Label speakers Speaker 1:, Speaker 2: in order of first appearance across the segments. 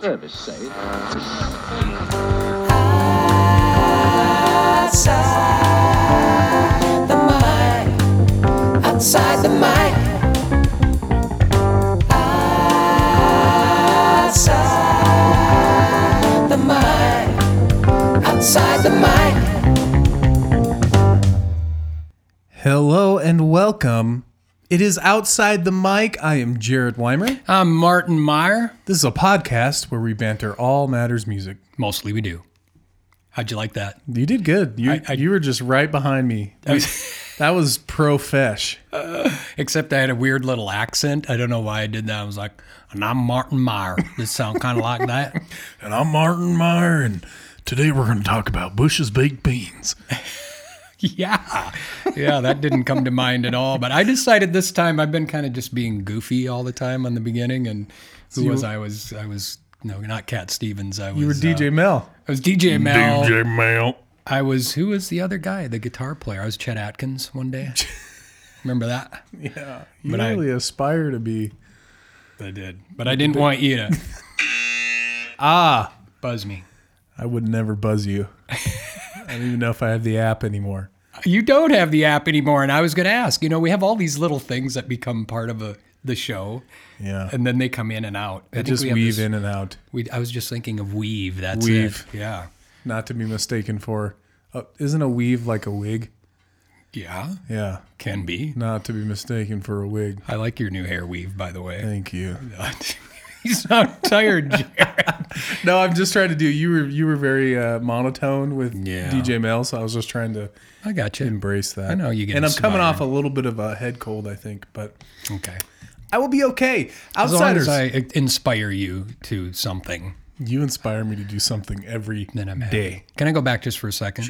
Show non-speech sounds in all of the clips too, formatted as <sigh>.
Speaker 1: service say.
Speaker 2: Outside the mic. Outside the mic. Outside the mic. Outside the mic.
Speaker 3: Hello and welcome. It is Outside the Mic. I am Jared Weimer.
Speaker 4: I'm Martin Meyer.
Speaker 3: This is a podcast where we banter all matters music.
Speaker 4: Mostly we do. How'd you like that?
Speaker 3: You did good. You,
Speaker 4: I- I-
Speaker 3: you were just right behind me. that was profesh.
Speaker 4: <laughs> Except I had a weird little accent. I don't know why I did that. I was like, and I'm Martin Meyer. This
Speaker 3: <laughs>
Speaker 4: sound kind of like that.
Speaker 3: And I'm Martin Meyer, and today we're going to talk about Bush's baked beans.
Speaker 4: Yeah. Yeah, that didn't come to mind at all. But I decided this time I've been kind of just being goofy all the time on the beginning. And who was I? I was, I was, no, not Cat Stevens. I was, uh,
Speaker 3: You were DJ Mel.
Speaker 4: I was DJ Mel.
Speaker 3: Mel.
Speaker 4: I was, who was the other guy? The guitar player. I was Chet Atkins one
Speaker 3: <laughs>
Speaker 4: day. Remember that?
Speaker 3: Yeah. You
Speaker 4: But I-
Speaker 3: really aspire to be.
Speaker 4: I did. But I didn't want
Speaker 3: <laughs>
Speaker 4: you to
Speaker 3: Ah,
Speaker 4: buzz me.
Speaker 3: I would never buzz <laughs> you. I don't even know if I have the app anymore.
Speaker 4: You don't have the app anymore, and I was going to ask. You know, we have all these little things that become part of a, the show,
Speaker 3: Yeah.
Speaker 4: and then they come in and out.
Speaker 3: I
Speaker 4: I think
Speaker 3: just
Speaker 4: we have
Speaker 3: weave
Speaker 4: this-
Speaker 3: in and out.
Speaker 4: We, I was just thinking of weave. That's
Speaker 3: Weave.
Speaker 4: it. Yeah,
Speaker 3: not to be mistaken for uh, isn't a weave like a wig
Speaker 4: yeah,
Speaker 3: yeah
Speaker 4: can be.
Speaker 3: not to be mistaken for a wig
Speaker 4: I like your new hair weave, by the way.
Speaker 3: thank you
Speaker 4: <laughs> you sound tired, Jared.
Speaker 3: no i'm just trying to do you were you were very uh, monotone with
Speaker 4: Yeah.
Speaker 3: dj mel so i was just trying to
Speaker 4: I got you.
Speaker 3: embrace that
Speaker 4: I know you get
Speaker 3: and i'm coming off a
Speaker 4: inspired.
Speaker 3: little bit of a head cold i think but
Speaker 4: Okay,
Speaker 3: i will be okay
Speaker 4: as long
Speaker 3: outsiders
Speaker 4: as I uh, inspire you to something,
Speaker 3: you inspire me to do something every
Speaker 4: then I'm happy.
Speaker 3: day
Speaker 4: Can I go back just for a second?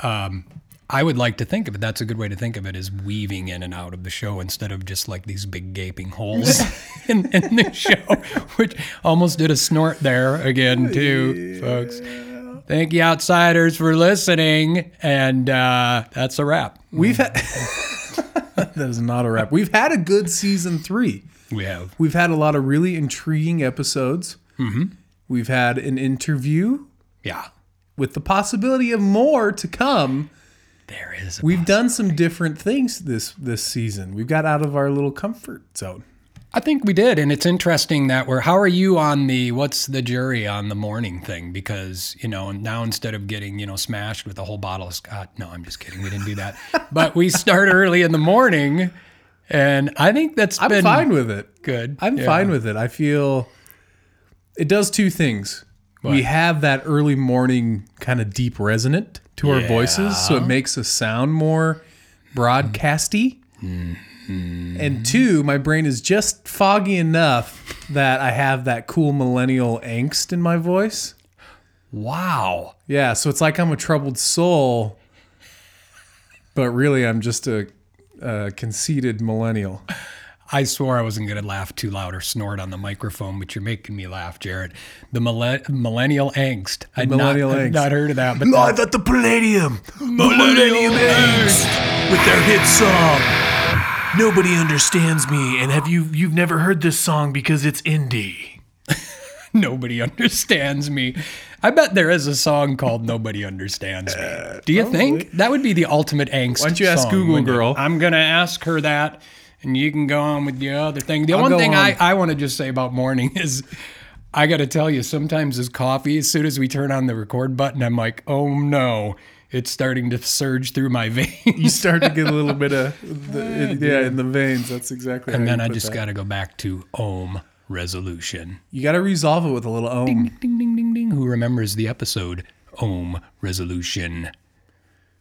Speaker 4: Um,
Speaker 3: sure
Speaker 4: I would like to think of it. That's a good way to think of it is weaving in and out of the show instead of just like these big
Speaker 3: <laughs>
Speaker 4: gaping holes <laughs> in, in the show, which almost did a snort there again,
Speaker 3: Oh,
Speaker 4: too, folks. Thank you, outsiders, for listening. And uh, that's a wrap.
Speaker 3: we've had <laughs> that is not a wrap we've had a good season three
Speaker 4: We have.
Speaker 3: We've had a lot of really intriguing episodes. Mm-hmm. We've had an interview
Speaker 4: Yeah.
Speaker 3: with the possibility of more to come.
Speaker 4: There is. a-
Speaker 3: We've done some different things this this season. We've got out of our little comfort zone.
Speaker 4: I think we did. And it's interesting that we're, how are you on the, what's the jury on the morning thing? Because, you know, now instead of getting, you know, smashed with a whole bottle of Scott, no, I'm just kidding. We didn't
Speaker 3: <laughs>
Speaker 4: do that. but we start early in the morning. And I think that's
Speaker 3: I'm
Speaker 4: been
Speaker 3: fine with it.
Speaker 4: good.
Speaker 3: I'm
Speaker 4: Yeah.
Speaker 3: fine with it. I feel it does two things. We have that early morning kind of deep resonant to our voices, so it makes us sound more broadcasty. And two, my brain is just foggy enough that I have that cool millennial angst in my voice.
Speaker 4: Wow.
Speaker 3: Yeah, so it's like I'm a troubled soul, but really I'm just a, a conceited millennial.
Speaker 4: I swore I wasn't going to laugh too loud or snort on the microphone, but you're making me laugh, Jared. The millen- millennial angst. I'd
Speaker 3: millennial
Speaker 4: not, I'd
Speaker 3: angst.
Speaker 4: not heard of that, but
Speaker 5: Live at the Palladium, Millennium Angst, with their hit song. Nobody understands me, and have you you've never heard this song because it's indie.
Speaker 4: Nobody understands me. I bet there is a song called Nobody Understands Me. Do you think? That would be the ultimate angst. Why
Speaker 3: Uh, don't you ask Google Girl?
Speaker 4: I'm going to ask her that, and you can go on with the other thing. The one
Speaker 3: go
Speaker 4: thing I,
Speaker 3: on.
Speaker 4: I want to just say about morning <laughs> is I got to tell you, sometimes this coffee, as soon as we turn on the record button, I'm like, oh no, it's starting to surge through my <laughs> veins.
Speaker 3: you start to get a little bit of the, in- yeah in the veins. That's exactly.
Speaker 4: and
Speaker 3: how
Speaker 4: then
Speaker 3: you
Speaker 4: I
Speaker 3: put
Speaker 4: just
Speaker 3: that.
Speaker 4: got to go back to ohm resolution.
Speaker 3: You got to resolve it with a little ohm.
Speaker 4: Ding, ding, ding, ding. Who remembers the episode? Ohm resolution.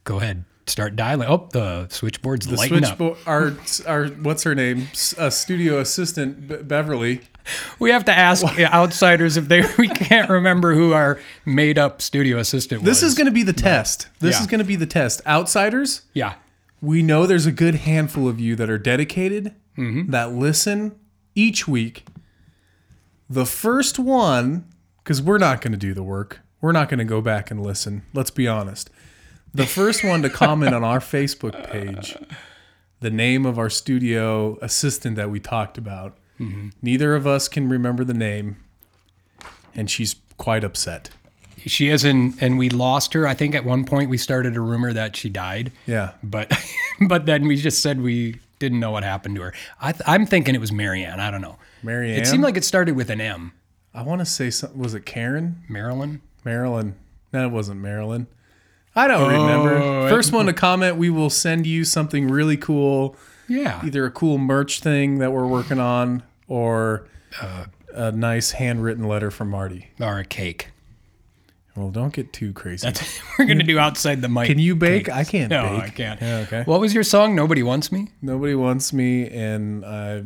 Speaker 4: Go ahead. Start dialing. Oh, the switchboard's
Speaker 3: The
Speaker 4: lighting up.
Speaker 3: switchboard. Our our what's her name? S- uh, studio assistant Be- Beverly.
Speaker 4: We have to ask <laughs> outsiders if they we can't remember who our made up studio assistant was.
Speaker 3: This is going to be the test. This
Speaker 4: Yeah.
Speaker 3: is going to be the test. Outsiders,
Speaker 4: yeah.
Speaker 3: we know there's a good handful of you that are dedicated
Speaker 4: Mm-hmm.
Speaker 3: that listen each week. The first one, because we're not going to do the work. We're not going to go back and listen. Let's be honest. The first one to comment on our Facebook page, the name of our studio
Speaker 4: Mm-hmm.
Speaker 3: assistant that we talked about. Neither of us can remember the name. and she's quite upset.
Speaker 4: She is in, and we lost her. I think at one point we started a rumor that she died.
Speaker 3: Yeah.
Speaker 4: But, <laughs> but then we just said we didn't know what happened to her. I th- I'm thinking it was Marianne. I don't know.
Speaker 3: Mary Ann.
Speaker 4: It seemed like it started with an M.
Speaker 3: I want to say something. Was it Karen?
Speaker 4: Marilyn.
Speaker 3: Marilyn. No, it wasn't Marilyn. Oh, I don't remember. First one to comment, we will send you something really cool.
Speaker 4: Yeah.
Speaker 3: Either a cool merch thing that we're working on or a nice handwritten letter from Marty.
Speaker 4: Or a cake.
Speaker 3: Well, don't get too crazy.
Speaker 4: <laughs> We're gonna do outside the mic.
Speaker 3: Can you bake? I can't
Speaker 4: <laughs> No,
Speaker 3: bake.
Speaker 4: I can't.
Speaker 3: Yeah, okay.
Speaker 4: What was your song? Nobody wants me.
Speaker 3: Nobody wants me, and I,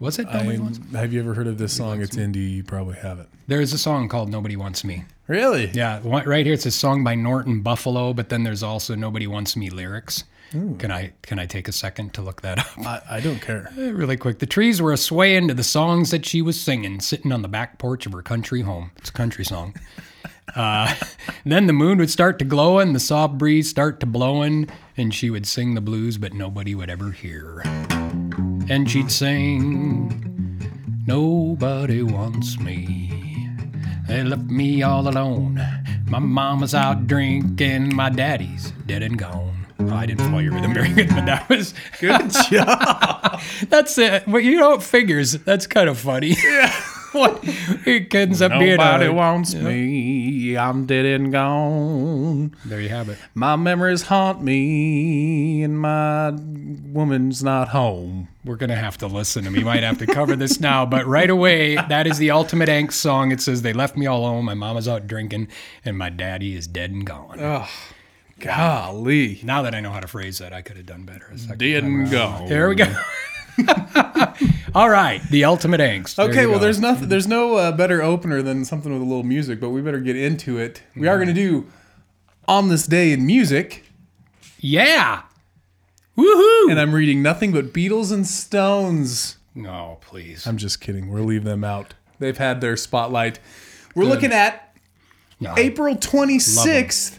Speaker 4: Was it
Speaker 3: I
Speaker 4: Nobody Wants? Me?
Speaker 3: have you ever heard of this song? It's indie. You probably haven't.
Speaker 4: There is a song called Nobody Wants Me.
Speaker 3: Really?
Speaker 4: Yeah, one- right here it says song by Norton Buffalo, but then there's also Nobody Wants Me lyrics. Can I can I take a second to look that up
Speaker 3: I, I don't care.
Speaker 4: <laughs> really quick? The trees were a sway into the songs that she was singing, sitting on the back porch of her country home. It's a country song. Uh, then the moon would start to glow and the soft breeze start to blowing, and she would sing the blues, but nobody would ever hear. And she'd sing, Nobody wants me. They left me all alone. My mama's out drinking, my daddy's dead and gone. Oh, I didn't follow your rhythm very good, but that was <laughs> good job. That's it. Well, you know, it figures. That's kind of funny. Yeah. <laughs> what? It ends up being
Speaker 3: Nobody
Speaker 4: a-
Speaker 3: wants me. I'm dead and gone.
Speaker 4: There you have it.
Speaker 3: My memories haunt me, and my woman's not home.
Speaker 4: We're gonna have to listen, and we might have to cover this now. But right away, that is the ultimate angst song. It says, "They left me all alone. My mama's out drinking, and my daddy is dead and gone."
Speaker 3: Oh. Golly.
Speaker 4: Now that I know how to phrase that, I could have done better. a second
Speaker 3: Dead
Speaker 4: time
Speaker 3: and
Speaker 4: around.
Speaker 3: gone.
Speaker 4: There we go. <laughs> All right, the ultimate angst. There
Speaker 3: Okay,
Speaker 4: you
Speaker 3: well,
Speaker 4: go.
Speaker 3: there's nothing. There's no uh, better opener than something with a little music, but we better get into it. We
Speaker 4: Mm-hmm.
Speaker 3: are going to do on this day in music,
Speaker 4: yeah. Woohoo!
Speaker 3: and I'm reading nothing but Beatles and Stones.
Speaker 4: No, please.
Speaker 3: I'm just kidding. We'll leave them out. They've had their spotlight. We're looking at
Speaker 4: No.
Speaker 3: April 26th,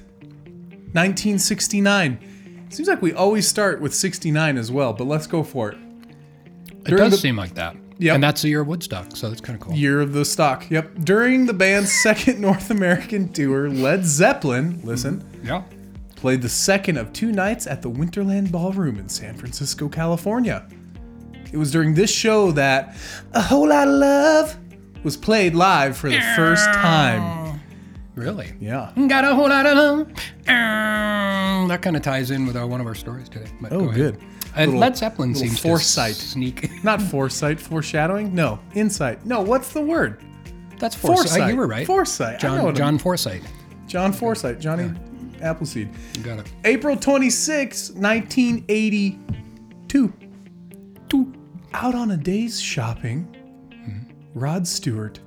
Speaker 3: 1969. Seems like we always start with 69 as well, but let's go for it.
Speaker 4: It
Speaker 3: during
Speaker 4: does
Speaker 3: the-
Speaker 4: seem like that.
Speaker 3: Yep.
Speaker 4: And that's the year of Woodstock, so that's kind of cool.
Speaker 3: Year of the Stock. Yep. During the band's <laughs> second North American tour, Led Zeppelin, listen,
Speaker 4: Yeah.
Speaker 3: played the second of two nights at the Winterland Ballroom in San Francisco, California. It was during this show that A Whole Lot of Love was played live for the first time.
Speaker 4: Really?
Speaker 3: Yeah.
Speaker 4: Got a whole lot of love. Um, That kind of ties in with our, one of our stories today. But
Speaker 3: Oh,
Speaker 4: go ahead.
Speaker 3: good.
Speaker 4: And
Speaker 3: Little-
Speaker 4: Led Zeppelin
Speaker 3: little
Speaker 4: seems
Speaker 3: foresight.
Speaker 4: to sneak. <laughs>
Speaker 3: Not foresight, foreshadowing. No, insight. No, what's the word?
Speaker 4: That's foresight.
Speaker 3: Foresight.
Speaker 4: You were right.
Speaker 3: Foresight. I know what
Speaker 4: John,
Speaker 3: I'm-
Speaker 4: John Foresight.
Speaker 3: John Forsythe, Johnny Appleseed.
Speaker 4: You got it.
Speaker 3: April 26, 1982.
Speaker 4: Two.
Speaker 3: Out on a day's shopping, hmm, Rod Stewart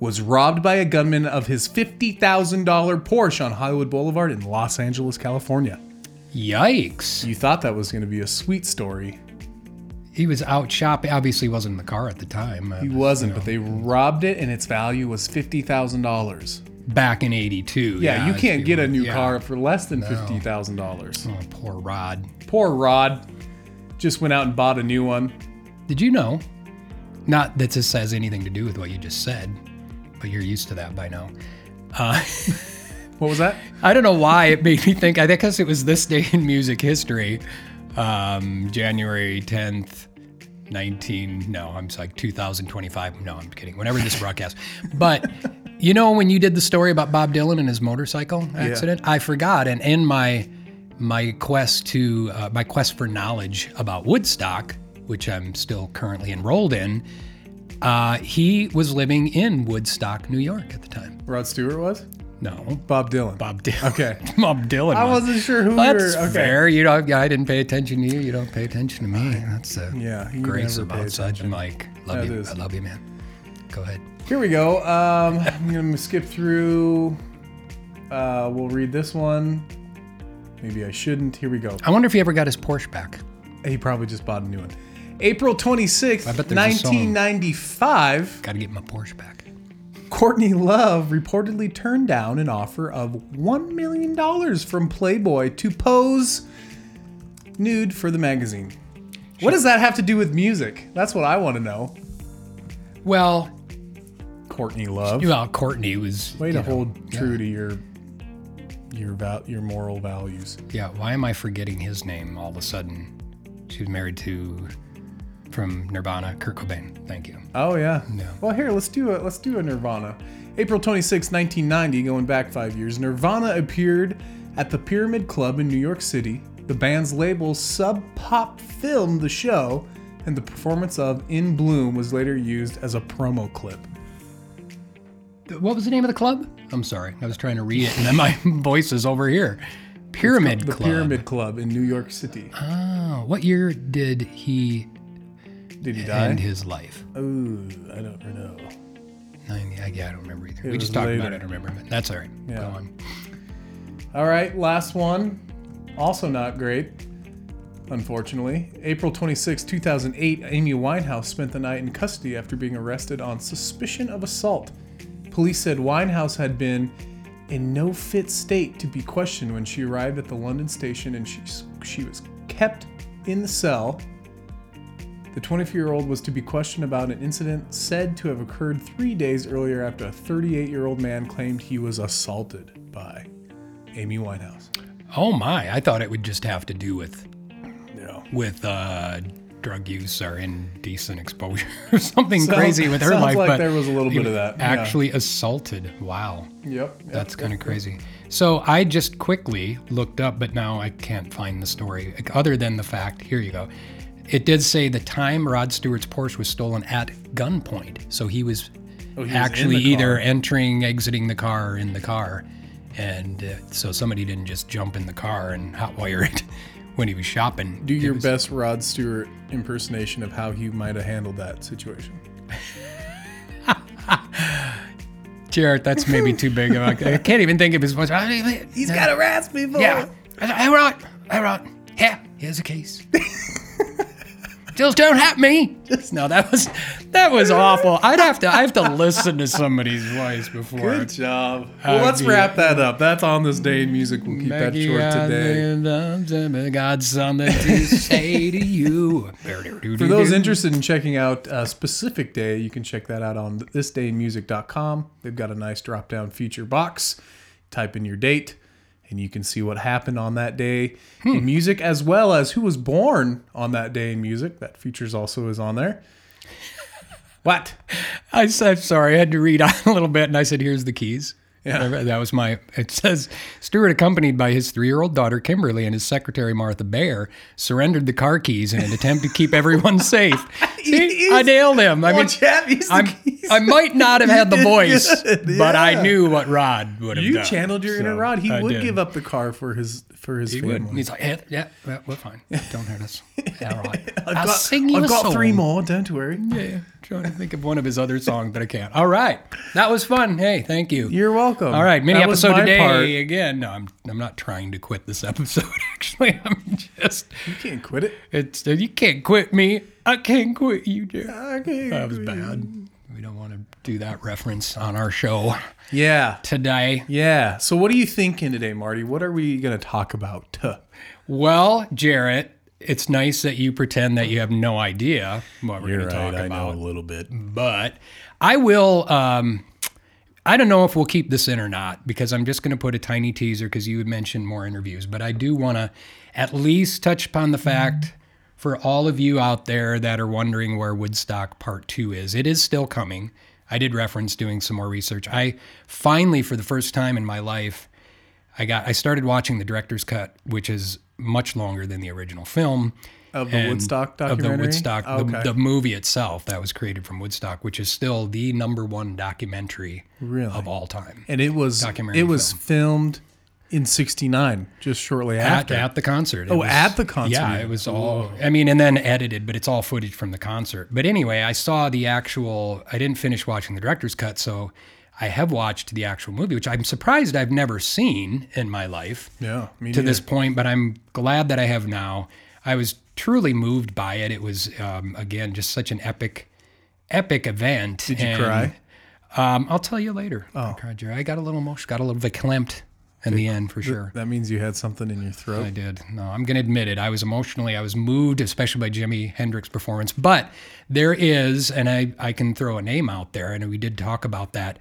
Speaker 3: was robbed by a gunman of his $50,000 Porsche on Hollywood Boulevard in Los Angeles, California.
Speaker 4: Yikes.
Speaker 3: You thought that was going to be a sweet story.
Speaker 4: He was out shopping. Obviously, he wasn't in the car at the time. Uh,
Speaker 3: He wasn't, but they robbed it and its value was $50,000.
Speaker 4: back in '82.
Speaker 3: Yeah, you
Speaker 4: if
Speaker 3: can't get a new
Speaker 4: yeah.
Speaker 3: car for less than $50,000.
Speaker 4: Oh, poor Rod.
Speaker 3: Poor Rod just went out and bought a new one.
Speaker 4: Did you know? Not that this has anything to do with what you just said, but you're used to that by now.
Speaker 3: What was that?
Speaker 4: I don't know why it made me think. I think because it was this day in music history, um, January 10th, 19. No, I'm like 2025. No, I'm kidding. Whenever this broadcast, but you know when you did the story about Bob Dylan and his motorcycle accident, I forgot. And in my my quest to uh, my quest for knowledge about Woodstock, which I'm still currently enrolled in, uh, he was living in Woodstock, New York at the time.
Speaker 3: Rod Stewart was?
Speaker 4: No,
Speaker 3: Bob Dylan.
Speaker 4: Bob Dylan.
Speaker 3: Okay.
Speaker 4: <laughs> Bob Dylan.
Speaker 3: I
Speaker 4: was.
Speaker 3: wasn't sure who
Speaker 4: That's
Speaker 3: you were. Okay.
Speaker 4: fair. You know, I didn't pay attention to you. You don't pay attention to me. That's the
Speaker 3: Yeah, you
Speaker 4: grace
Speaker 3: never
Speaker 4: of
Speaker 3: pay
Speaker 4: outside the mic. Love
Speaker 3: That
Speaker 4: you.
Speaker 3: is.
Speaker 4: I love you, man. Go ahead.
Speaker 3: Here we go. Um, I'm going to skip through. Uh, we'll read this one. Maybe I shouldn't. Here we go.
Speaker 4: I wonder if he ever got his Porsche back.
Speaker 3: He probably just bought a new one. April 26th,
Speaker 4: I bet there's a song.
Speaker 3: 1995,
Speaker 4: Got to get my Porsche back.
Speaker 3: Courtney Love reportedly turned down an offer of $1 million from Playboy to pose nude for the magazine. What does that have to do with music? That's what I want to know.
Speaker 4: Well,
Speaker 3: Courtney Love.
Speaker 4: Well, Courtney was.
Speaker 3: Way
Speaker 4: you
Speaker 3: to
Speaker 4: know,
Speaker 3: hold true to your your val- your moral values.
Speaker 4: Yeah, why am I forgetting his name all of a sudden? She was married to, from Nirvana, Kurt Cobain. Thank you.
Speaker 3: Oh yeah. Well, here let's do a let's do a Nirvana. April 26, 1990, going back five years, Nirvana appeared at the Pyramid Club in New York City. The band's label Sub Pop filmed the show, and the performance of "In Bloom" was later used as a promo clip.
Speaker 4: What was the name of the club? I'm sorry, I was trying to read it, and then my <laughs> voice is over here. Pyramid
Speaker 3: The
Speaker 4: Club.
Speaker 3: Pyramid Club in New York City.
Speaker 4: Oh, what year did he
Speaker 3: Did he die?
Speaker 4: end his life?
Speaker 3: Ooh, I don't know.
Speaker 4: Ninety. I, yeah, I don't remember either. we
Speaker 3: was
Speaker 4: just talked about
Speaker 3: later.
Speaker 4: it. I don't remember, but that's all right. Go on.
Speaker 3: All right, last one. Also not great, unfortunately. April 26, 2008, Amy Winehouse spent the night in custody after being arrested on suspicion of assault. Police said Winehouse had been in no fit state to be questioned when she arrived at the London station and she, she was kept in the cell. The 24 year old was to be questioned about an incident said to have occurred three days earlier after a 38 year old man claimed he was assaulted by Amy Winehouse.
Speaker 4: Oh my! I thought it would just have to do with
Speaker 3: No.
Speaker 4: with uh, drug use or indecent exposure <laughs> or something
Speaker 3: Sounds-
Speaker 4: crazy with her
Speaker 3: sounds
Speaker 4: life.
Speaker 3: like
Speaker 4: but
Speaker 3: there was a little
Speaker 4: he
Speaker 3: bit of that, yeah.
Speaker 4: Actually assaulted. Wow.
Speaker 3: Yep. yep.
Speaker 4: That's kind of crazy. So I just quickly looked up, but now I can't find the story like, other than the fact. Here you go. It did say the time Rod Stewart's Porsche was stolen at gunpoint. So he was
Speaker 3: Oh, he was in
Speaker 4: actually
Speaker 3: the
Speaker 4: either
Speaker 3: car.
Speaker 4: entering, exiting the car, or in the car. And uh, so somebody didn't just jump in the car and hotwire it <laughs> when he was shopping.
Speaker 3: Do
Speaker 4: It
Speaker 3: your
Speaker 4: was-
Speaker 3: best Rod Stewart impersonation of how he might have handled that situation.
Speaker 4: Jared, that's maybe too big. of
Speaker 3: <laughs>
Speaker 4: a- I can't even think of his voice. He's got
Speaker 3: to rasp me, boy.
Speaker 4: Yeah. I wrote. I wrote. Yeah. Here's
Speaker 3: <laughs>
Speaker 4: a case. Just don't have me. No, that was that was awful. I'd have to I have to listen to somebody's voice
Speaker 3: <laughs>
Speaker 4: before.
Speaker 3: Good job. Well,
Speaker 4: Oh,
Speaker 3: let's
Speaker 4: dear.
Speaker 3: wrap that up. That's on this day in music. We'll keep
Speaker 4: Maggie,
Speaker 3: that short today.
Speaker 4: I- God's
Speaker 3: <laughs>
Speaker 4: something to say to you.
Speaker 3: For those interested in checking out a specific day, you can check that out on thisdayinmusic.com. They've got a nice drop down feature box. Type in your date, and you can see what happened on that day in music, as well as who was born on that day in music. That features also is on there. What?
Speaker 4: I said, sorry, I had to read <laughs> on a little bit, and I said, here's the keys. Yeah. That was my. It says Stewart, accompanied by his three year old daughter Kimberly and his secretary Martha Bayer, surrendered the car keys in an attempt to keep
Speaker 3: <laughs>
Speaker 4: everyone safe. See, I
Speaker 3: is-
Speaker 4: nailed him. I mean, I'm, I might not have had
Speaker 3: <laughs>
Speaker 4: the
Speaker 3: did
Speaker 4: voice,
Speaker 3: good,
Speaker 4: but I
Speaker 3: yeah.
Speaker 4: knew what Rod would have
Speaker 3: You
Speaker 4: done.
Speaker 3: channeled your inner
Speaker 4: So,
Speaker 3: Rod. He
Speaker 4: I
Speaker 3: would
Speaker 4: did.
Speaker 3: give up the car for his for his
Speaker 4: He would. And
Speaker 3: family.
Speaker 4: he's like, yeah, yeah, yeah, we're fine. Don't
Speaker 3: <laughs>
Speaker 4: hurt us. All right.
Speaker 3: I've got,
Speaker 4: I'll sing you
Speaker 3: I've
Speaker 4: a
Speaker 3: got
Speaker 4: song.
Speaker 3: three more. Don't worry.
Speaker 4: Yeah, yeah. Trying to think of one of his other songs, but I can't. All right, that was fun. Hey, thank you.
Speaker 3: You're welcome.
Speaker 4: All right, mini
Speaker 3: That was my
Speaker 4: episode today
Speaker 3: part.
Speaker 4: again. No, I'm I'm not trying to quit this <laughs> episode. Actually, I'm just
Speaker 3: You can't quit it.
Speaker 4: it's you can't quit me. I can't quit you, Jared. That
Speaker 3: Okay.
Speaker 4: was bad. We don't want to do that reference on our show
Speaker 3: Yeah.
Speaker 4: today.
Speaker 3: Yeah. So what are you thinking today, Marty? What are we going to talk about?
Speaker 4: Well, Jarrett, it's nice that you pretend that you have no idea what we're going to talk about.
Speaker 3: a little bit.
Speaker 4: but I will. Um, I don't know if we'll keep this in or not because I'm just going to put a tiny teaser because you had mentioned more interviews, but I do want to at least touch upon the fact for all of you out there that are wondering where Woodstock Part 2 is, it is still coming. I did reference doing some more research. I finally, for the first time in my life, I got I started watching the director's cut, which is much longer than the original film
Speaker 3: Of the
Speaker 4: and-
Speaker 3: Woodstock
Speaker 4: Of the
Speaker 3: documentary?
Speaker 4: Woodstock,
Speaker 3: Oh,
Speaker 4: the,
Speaker 3: okay.
Speaker 4: the movie itself that was created from Woodstock, which is still the number one documentary
Speaker 3: Really?
Speaker 4: of all time.
Speaker 3: And it was
Speaker 4: Documentary
Speaker 3: it was
Speaker 4: film.
Speaker 3: filmed in 69 just shortly
Speaker 4: At,
Speaker 3: after.
Speaker 4: at the concert. It
Speaker 3: Oh, at the concert
Speaker 4: Yeah,
Speaker 3: even.
Speaker 4: it was all, I mean, and then edited, but it's all footage from the concert. But anyway, I saw the actual, I didn't finish watching the director's cut, so I have watched the actual movie, which I'm surprised I've never seen in my life.
Speaker 3: yeah. Me
Speaker 4: to
Speaker 3: neither.
Speaker 4: this point, but I'm glad that I have now. I was truly moved by it. It was um, again just such an epic, epic event. Did
Speaker 3: you cry?
Speaker 4: Um, I'll tell you later. Oh. I cried, Jerry. I got a little emotional, got a little verklempt. in the end for sure.
Speaker 3: That means you had something in your throat.
Speaker 4: I did. No, I'm going to admit it. I was emotionally, I was moved, especially by Jimi Hendrix's performance. But there is, and I, I can throw a name out there, and we did talk about that.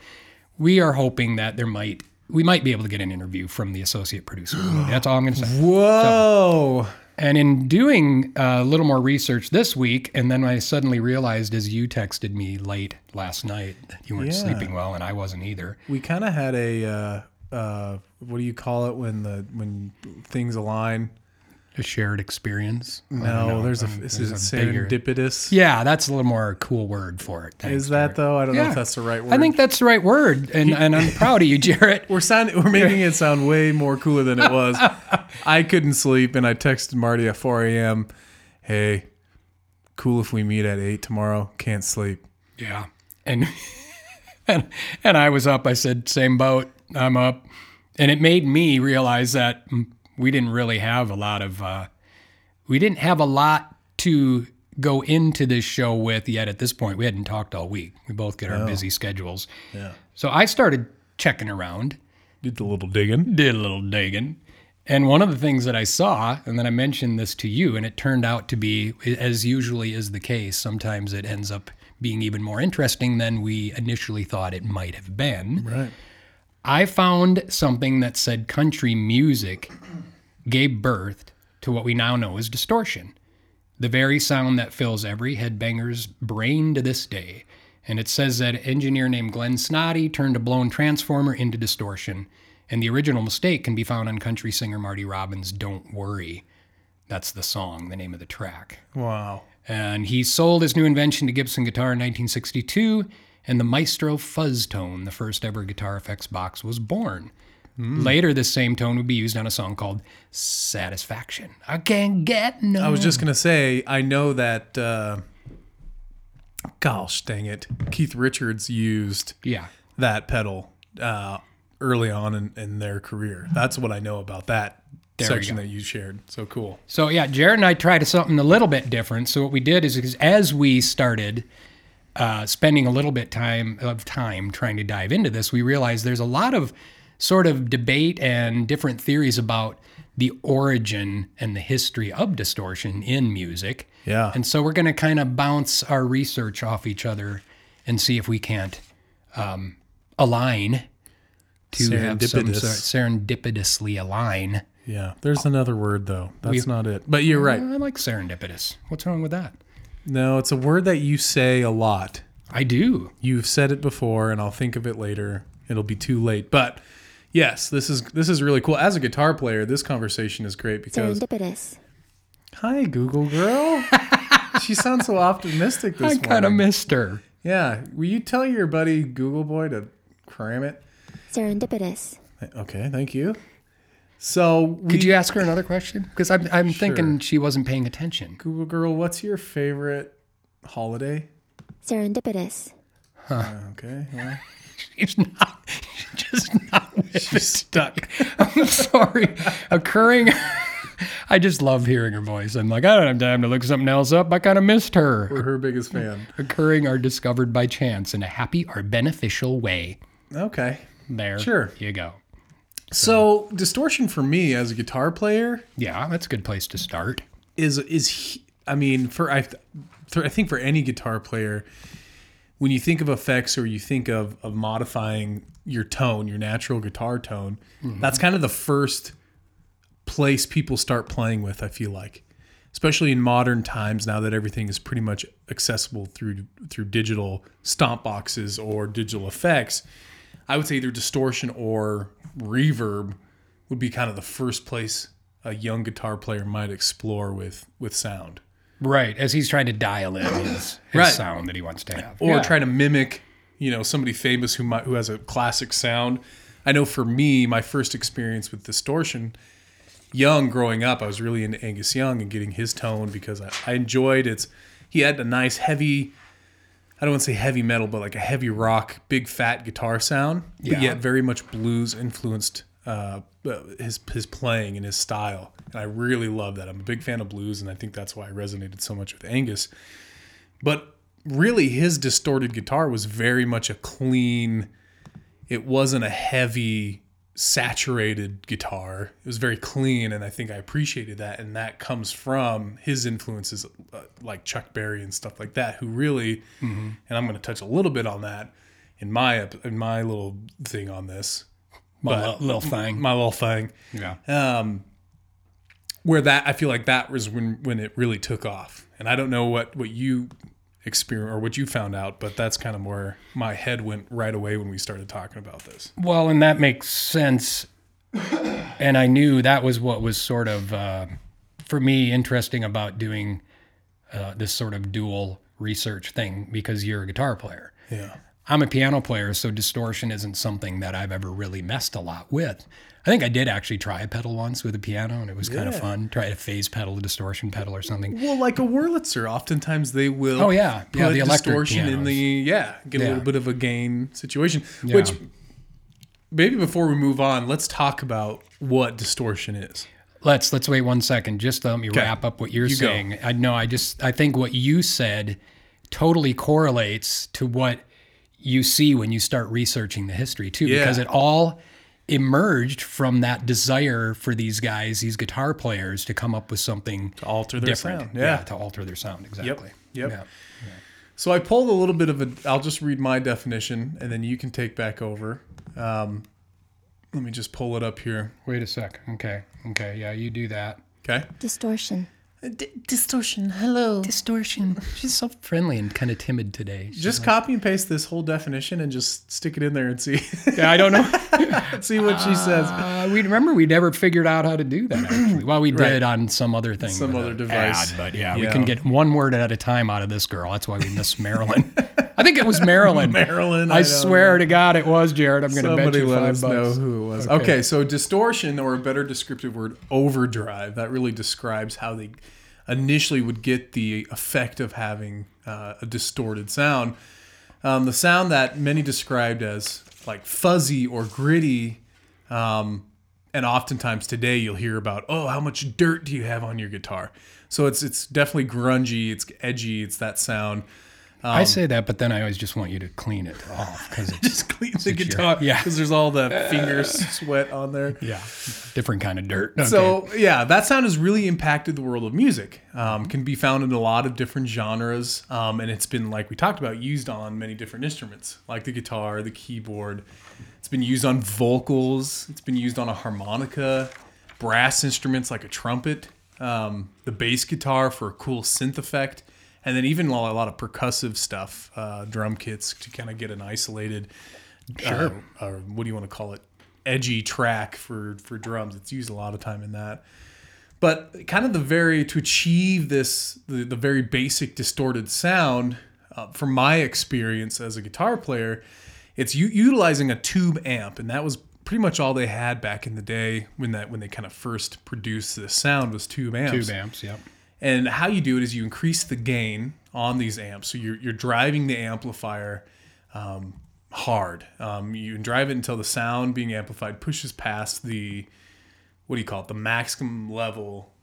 Speaker 4: We are hoping that there might, we might be able to get an interview from the associate producer.
Speaker 3: <gasps>
Speaker 4: That's all I'm going to say.
Speaker 3: Whoa.
Speaker 4: And in doing a little more research this week, and then I suddenly realized as you texted me late last night that you weren't
Speaker 3: Yeah.
Speaker 4: sleeping well, and I wasn't either.
Speaker 3: we kind of had a uh, uh, what do you call it when the when things align?
Speaker 4: A shared experience.
Speaker 3: No, there's a this is
Speaker 4: there's a bigger-
Speaker 3: serendipitous.
Speaker 4: Yeah, that's a little more cool word for it. Thanks,
Speaker 3: is that
Speaker 4: Jared.
Speaker 3: though? I don't know
Speaker 4: Yeah.
Speaker 3: if that's the right word.
Speaker 4: I think that's the right word, and, and I'm proud of you, <laughs> Jarrett.
Speaker 3: we're sound, we're making it sound way more cooler than it was. I couldn't sleep, and I texted Marty at 4 a.m. Hey, cool if we meet at eight tomorrow. Can't sleep.
Speaker 4: Yeah, and <laughs> and and I was up. I said, "Same boat. I'm up," and it made me realize that mm, we didn't really have a lot of uh, we didn't have a lot to go into this show with yet. At this point, we hadn't talked all week. We both get our busy schedules. Yeah. So I started checking around.
Speaker 3: Did a little digging.
Speaker 4: did a little digging. And one of the things that I saw, and then I mentioned this to you, and it turned out to be, as usually is the case, sometimes it ends up being even more interesting than we initially thought it might have been.
Speaker 3: Right.
Speaker 4: I found something that said country music gave birth to what we now know as distortion, the very sound that fills every headbanger's brain to this day. And it says that an engineer named Glenn Snoddy turned a blown transformer into distortion. And the original mistake can be found on country singer Marty Robbins' Don't Worry. That's the song, the name of the track.
Speaker 3: Wow.
Speaker 4: And he sold his new invention to Gibson Guitar in 1962, and the Maestro Fuzz Tone, the first ever guitar effects box, was born. Later, this same tone would be used on a song called Satisfaction. I can't get no.
Speaker 3: I was just gonna say, I know that. Uh, gosh, dang it, Keith Richards used
Speaker 4: Yeah.
Speaker 3: that pedal uh, early on in, in their career. That's what I know about that
Speaker 4: we
Speaker 3: section
Speaker 4: go.
Speaker 3: that you shared. So cool.
Speaker 4: So, yeah, Jared and I tried something a little bit different. So, what we did is, is as we started uh, spending a little bit time of time trying to dive into this, we realized there's a lot of sort of debate and different theories about the origin and the history of distortion in music.
Speaker 3: Yeah.
Speaker 4: And so we're going to kind of bounce our research off each other and see if we can't um, align to have some
Speaker 3: Serendipitous.
Speaker 4: sort serendipitously align.
Speaker 3: Yeah, there's another word though. That's not it. But you're right.
Speaker 4: "Oh, I like serendipitous. What's wrong with that?
Speaker 3: No, it's a word that you say a lot.
Speaker 4: I do.
Speaker 3: You've said it before, and I'll think of it later. It'll be too late. But yes, this is this is really cool. As a guitar player, this conversation is great because
Speaker 1: Serendipitous.
Speaker 3: hi, Google
Speaker 4: <laughs>
Speaker 3: girl. she sounds so optimistic this
Speaker 4: I
Speaker 3: morning.
Speaker 4: kind of missed her.
Speaker 3: Yeah. Will you tell your buddy Google Boy to cram it?
Speaker 1: Serendipitous.
Speaker 3: Okay, thank you. So, we,
Speaker 4: Could you ask her another question? Because I'm, I'm thinking she wasn't paying attention. <laughs>
Speaker 3: Google Girl, what's your favorite holiday?
Speaker 1: Serendipitous.
Speaker 3: Okay, well,
Speaker 4: She's not. She's just not.
Speaker 3: <laughs>
Speaker 4: with
Speaker 3: she's stuck.
Speaker 4: <laughs> I'm sorry. Occurring. <laughs> I just love hearing her voice. I'm like, I don't have time to look something else up. I kind of missed her.
Speaker 3: We're her
Speaker 4: <laughs>
Speaker 3: biggest fan.
Speaker 4: Occurring are discovered by chance in a happy or beneficial way.
Speaker 3: Okay.
Speaker 4: There.
Speaker 3: Sure.
Speaker 4: You go.
Speaker 3: So, distortion for me as a guitar player
Speaker 4: Yeah, that's a good place to start.
Speaker 3: is is he- I mean for I for, I think for any guitar player, when you think of effects or you think of of modifying your tone, your natural guitar tone, that's kind of the first place people start playing with. I feel like, especially in modern times, now that everything is pretty much accessible through through digital stomp boxes or digital effects, I would say either distortion or reverb would be kind of the first place a young guitar player might explore with with sound
Speaker 4: Right, as he's trying to dial in his, his
Speaker 3: Right.
Speaker 4: sound that he wants to have.
Speaker 3: or
Speaker 4: Yeah.
Speaker 3: try to mimic you know somebody famous who might who has a classic sound i know for me my first experience with distortion young growing up i was really into angus young and getting his tone because i, I enjoyed it's he had a nice heavy i don't want to say heavy metal but like a heavy rock big fat guitar sound
Speaker 4: Yeah.
Speaker 3: but yet very much blues influenced uh, uh, his his playing and his style and i really love that i'm a big fan of blues and i think that's why i resonated so much with angus but really his distorted guitar was very much a clean it wasn't a heavy saturated guitar. It was very clean, and I think I appreciated that. And that comes from his influences, uh, like Chuck Berry and stuff like that, who really.
Speaker 4: Mm-hmm.
Speaker 3: And I'm going to touch a little bit on that in my ep- in my little thing on this,
Speaker 4: My little, little thing.
Speaker 3: my little thing,
Speaker 4: yeah.
Speaker 3: where that I feel like that was when when it really took off. And I don't know what what you experience or what you found out, but that's kind of where my head went right away when we started talking about this.
Speaker 4: Well, and that makes sense. and I knew that was what was sort of, uh, for me, interesting about doing uh, this sort of dual research thing because you're a guitar player.
Speaker 3: Yeah.
Speaker 4: I'm a piano player, so distortion isn't something that I've ever really messed a lot with. I think I did actually try a pedal once with a piano, and it was kind of fun. Try a phase pedal, a distortion pedal, or something.
Speaker 3: Well, like a Wurlitzer, oftentimes they will.
Speaker 4: Oh, yeah.
Speaker 3: put
Speaker 4: Yeah, the electric
Speaker 3: distortion in the yeah, get a
Speaker 4: Yeah.
Speaker 3: little bit of a gain situation. Which maybe before we move on, let's talk about what distortion is.
Speaker 4: Let's let's wait one second just to let me wrap up what you're
Speaker 3: You go.
Speaker 4: saying. I know I just I think what you said totally correlates to what you see when you start researching the history too,
Speaker 3: Yeah.
Speaker 4: because it all emerged from that desire for these guys, these guitar players, to come up with something
Speaker 3: Alter their
Speaker 4: different.
Speaker 3: sound. Yeah.
Speaker 4: to alter their sound exactly.
Speaker 3: Yep.
Speaker 4: Yeah.
Speaker 3: So I pulled a little bit of a. I'll just read my definition, and then you can take back over. Um, let me just pull it up here.
Speaker 4: Wait a sec. Okay. Okay. Yeah, you do that.
Speaker 3: Okay.
Speaker 1: Distortion.
Speaker 3: distortion. Hello.
Speaker 4: Distortion. She's so friendly and kind of
Speaker 3: <laughs>
Speaker 4: timid today.
Speaker 3: Just copy and paste this whole definition and just stick it in there and see <laughs>
Speaker 4: Yeah, I don't know.
Speaker 3: see what she says.
Speaker 4: Uh, we remember we never figured out how to
Speaker 3: <clears throat>
Speaker 4: do that. Actually. Well, we did
Speaker 3: Right.
Speaker 4: on some other thing,
Speaker 3: Some
Speaker 4: with
Speaker 3: other
Speaker 4: a
Speaker 3: device.
Speaker 4: ad, but yeah, we
Speaker 3: Yeah.
Speaker 4: can get one word at a time out of this girl. That's why
Speaker 3: <laughs>
Speaker 4: we missed Marilyn. I think it was Marilyn.
Speaker 3: Marilyn,
Speaker 4: I,
Speaker 3: I don't
Speaker 4: swear to God, it was Jared. I'm going to bet
Speaker 3: Somebody
Speaker 4: you
Speaker 3: let
Speaker 4: five
Speaker 3: us
Speaker 4: bucks.
Speaker 3: know who it was. Okay. so distortion, or a better descriptive word, overdrive. That really describes how they initially would get the effect of having uh, a distorted sound. Um, the sound that many described as like fuzzy or gritty, um, and oftentimes today you'll hear about, oh, how much dirt do you have on your guitar? So it's it's definitely grungy, it's edgy, it's that sound.
Speaker 4: I say that, but then I always just want you to clean it off because it's
Speaker 3: um, <laughs> Just clean the
Speaker 4: your-
Speaker 3: guitar, <laughs>
Speaker 4: yeah.
Speaker 3: because there's all <laughs> the finger sweat on there.
Speaker 4: yeah, different kind of dirt. Okay.
Speaker 3: So yeah, that sound has really impacted the world of music. Um, can be found in a lot of different genres, um, and it's been like we talked about, used on many different instruments, like the guitar, the keyboard. It's been used on vocals. It's been used on a harmonica, brass instruments like a trumpet, um, the bass guitar for a cool synth effect, and then even a lot a lot of percussive stuff, uh, drum kits to kind of get an isolated sure. or what do you want to call it edgy track for for drums it's used a lot of time in that but kind of the very to achieve this the, the very basic distorted sound uh, from my experience as a guitar player it's u- utilizing a tube amp and that was pretty much all they had back in the day when that when they kind of first produced this sound was tube amps
Speaker 4: two amps. Yep.
Speaker 3: and how you do it is you increase the gain on these amps. So you're, you're driving the amplifier um, hard. Um, you drive it until the sound being amplified pushes past the, what do you call it, the maximum level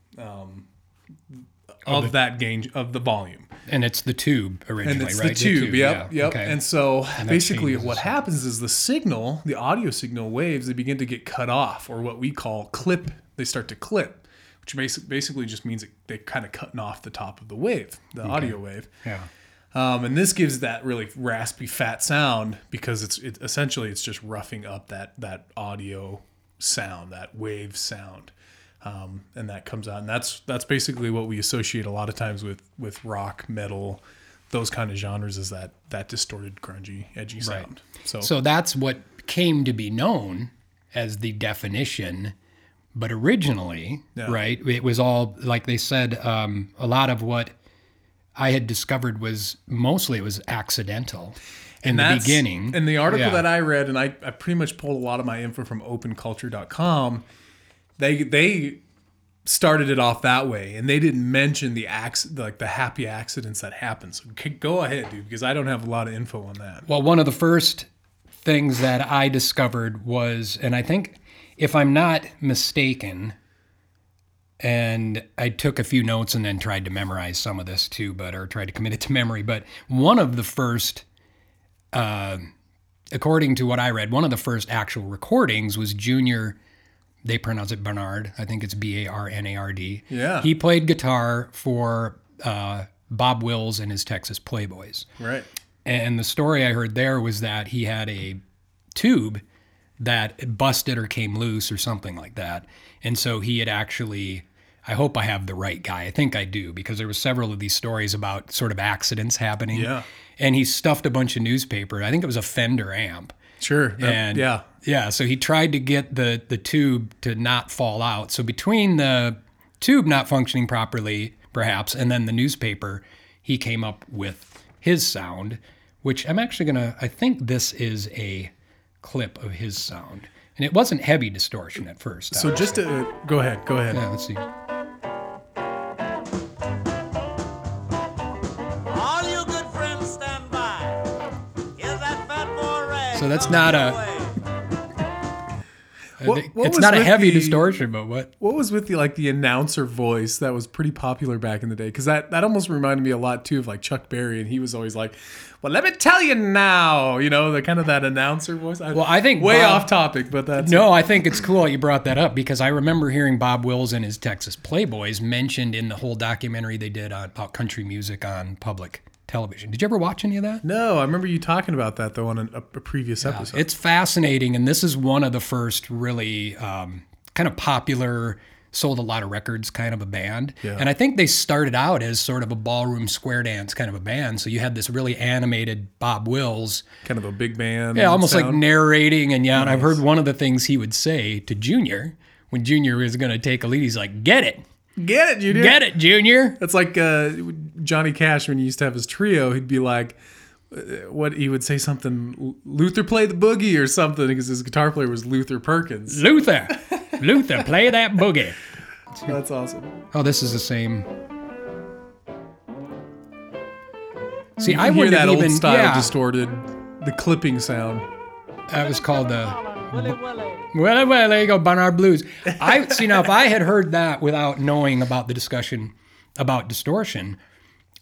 Speaker 3: um, of that gain, of the volume.
Speaker 4: And it's the tube originally,
Speaker 3: And it's
Speaker 4: right?
Speaker 3: the tube, yep,
Speaker 4: yeah,
Speaker 3: yep.
Speaker 4: okay.
Speaker 3: And so basically,
Speaker 4: changes the
Speaker 3: what happens is the signal, the audio signal waves, they begin to get cut off, or what we call clip. They start to clip, which basi- basically just means it, they're kind of cutting off the top of the wave, the audio wave.
Speaker 4: yeah.
Speaker 3: Um, and this gives that really raspy, fat sound because it's it, essentially it's just roughing up that that audio sound, that wave sound, um, and that comes out. And that's that's basically what we associate a lot of times with with rock, metal, those kind of genres is that that distorted, grungy, edgy sound. So,
Speaker 4: So that's what came to be known as the definition. But originally, right, it was all like they said. Um, a lot of what I had discovered was mostly it was accidental in the
Speaker 3: that's-
Speaker 4: beginning.
Speaker 3: And the article
Speaker 4: Yeah.
Speaker 3: that I read, and I, I pretty much pulled a lot of my info from openculture.com, they they started it off that way and they didn't mention the acc- like the happy accidents that happen. So c- go ahead, dude, because I don't have a lot of info on that.
Speaker 4: Well, one of the first things that I discovered was, and I think if I'm not mistaken, and I took a few notes and then tried to memorize some of this too, but or tried to commit it to memory. But one of the first uh, according to what I read, one of the first actual recordings was Junior. They pronounce it Bernard. I think it's B A R N A R D.
Speaker 3: Yeah.
Speaker 4: He played guitar for uh, Bob Wills and his Texas Playboys.
Speaker 3: Right.
Speaker 4: And the story I heard there was that he had a tube that busted or came loose or something like that. And so he had actually I hope I have the right guy. I think I do because there were several of these stories about sort of accidents happening.
Speaker 3: Yeah.
Speaker 4: And he stuffed a bunch of newspaper. I think it was a Fender amp.
Speaker 3: Sure. that-
Speaker 4: And
Speaker 3: yeah.
Speaker 4: Yeah, so he tried to get the the tube to not fall out. So between the tube not functioning properly perhaps and then the newspaper, he came up with his sound, which I'm actually going to I think this is a clip of his sound. And it wasn't heavy distortion at first.
Speaker 3: So just to, go ahead. Go ahead.
Speaker 4: yeah, let's see.
Speaker 6: All you good friends stand by. Hear that fat boy rag
Speaker 4: So that's
Speaker 6: coming
Speaker 4: not
Speaker 6: your
Speaker 4: a-
Speaker 6: way.
Speaker 3: What-
Speaker 4: They-
Speaker 3: what
Speaker 4: it's
Speaker 3: was
Speaker 4: not a
Speaker 3: with
Speaker 4: heavy
Speaker 3: the-
Speaker 4: distortion, but what?
Speaker 3: What was with the like the announcer voice that was pretty popular back in the day? Because that that almost reminded me a lot too of like Chuck Berry, and he was always like, "Well, let me tell you now," you know, the kind of that announcer voice.
Speaker 4: Well, I think
Speaker 3: way
Speaker 4: Bob-
Speaker 3: off topic, but that's
Speaker 4: No, I think it's cool you brought that up because I remember hearing Bob Wills and his Texas Playboys mentioned in the whole documentary they did on, about country music on public television. Did you ever watch any of that?
Speaker 3: No, I remember you talking about that though on an, a, a previous episode.
Speaker 4: It's fascinating, and this is one of the first really um, kind of popular, sold a lot of records kind of a band. And I think they started out as sort of a ballroom square dance kind of a band. So you had this really animated Bob Wills.
Speaker 3: kind of a big band.
Speaker 4: Yeah, almost like
Speaker 3: sound.
Speaker 4: narrating. And yeah, and I've heard one of the things he would say to Junior when Junior is going to take a lead. He's like, "Get it,
Speaker 3: get it, you
Speaker 4: get it, Junior."
Speaker 3: That's like uh, Johnny Cash when he used to have his trio. He'd be like, uh, what he would say something, Luther play the boogie or something, because his guitar player was Luther Perkins.
Speaker 4: Luther, Luther, play that boogie.
Speaker 3: That's awesome.
Speaker 4: Oh, this is the same. See, I
Speaker 3: hear
Speaker 4: wouldn't
Speaker 3: that
Speaker 4: have
Speaker 3: old
Speaker 4: even.
Speaker 3: style
Speaker 4: yeah,
Speaker 3: distorted, the clipping sound.
Speaker 4: that was called the.
Speaker 6: Willy, willy.
Speaker 4: Well, well, there you go, Barnard Blues. I <laughs> see now. If I had heard that without knowing about the discussion about distortion,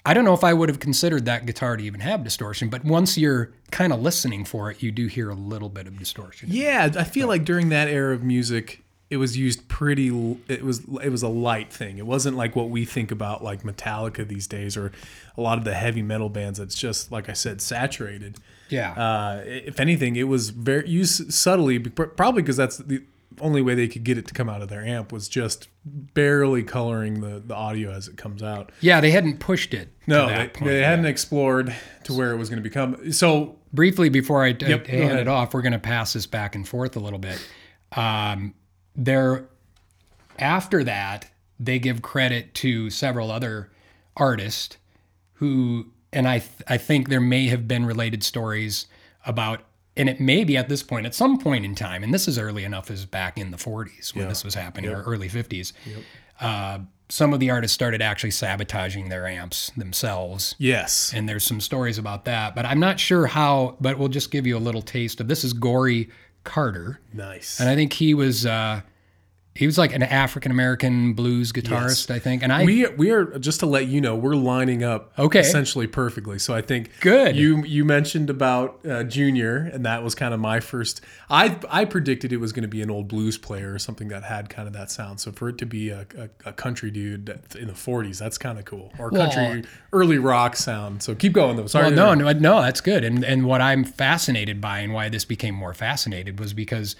Speaker 4: I don't know if I would have considered that guitar to even have distortion. But once you're kind of listening for it, you do hear a little bit of distortion.
Speaker 3: Yeah, I feel like during that era of music, it was used pretty. l- It was it was a light thing. It wasn't like what we think about like Metallica these days or a lot of the heavy metal bands. That's just like I said, saturated.
Speaker 4: Yeah.
Speaker 3: Uh, if anything, it was very used subtly, pr- probably because that's the only way they could get it to come out of their amp was just barely coloring the, the audio as it comes out.
Speaker 4: yeah, they hadn't pushed it. to
Speaker 3: No,
Speaker 4: that
Speaker 3: they,
Speaker 4: point
Speaker 3: they
Speaker 4: yet.
Speaker 3: hadn't explored to where it was going to become. So
Speaker 4: briefly before I, I
Speaker 3: Yep, go
Speaker 4: hand
Speaker 3: ahead.
Speaker 4: it off, we're going to pass this back and forth a little bit. Um, there, after that, they give credit to several other artists who, and I, th- I think there may have been related stories about, and it may be at this point, at some point in time, and this is early enough as back in the 40s when this was happening, or early 50s. Uh, some of the artists started actually sabotaging their amps themselves
Speaker 3: yes,
Speaker 4: and there's some stories about that. But I'm not sure how. But we'll just give you a little taste of this. Is Gory Carter,
Speaker 3: nice.
Speaker 4: and I think he was uh, he was like an African American blues guitarist. I think, and I
Speaker 3: we we are just to let you know we're lining up
Speaker 4: Okay.
Speaker 3: essentially perfectly. So I think
Speaker 4: Good.
Speaker 3: You you mentioned about uh, Junior, and that was kind of my first. I I predicted it was going to be an old blues player or something that had kind of that sound. So for it to be a, a, a country dude that- in the '40s, that's kind of cool. Or
Speaker 4: Well-
Speaker 3: country early rock sound. So keep going though. Sorry.
Speaker 4: well,
Speaker 3: to
Speaker 4: no,
Speaker 3: interrupt.
Speaker 4: no, no, that's good. And and what I'm fascinated by and why this became more fascinated was because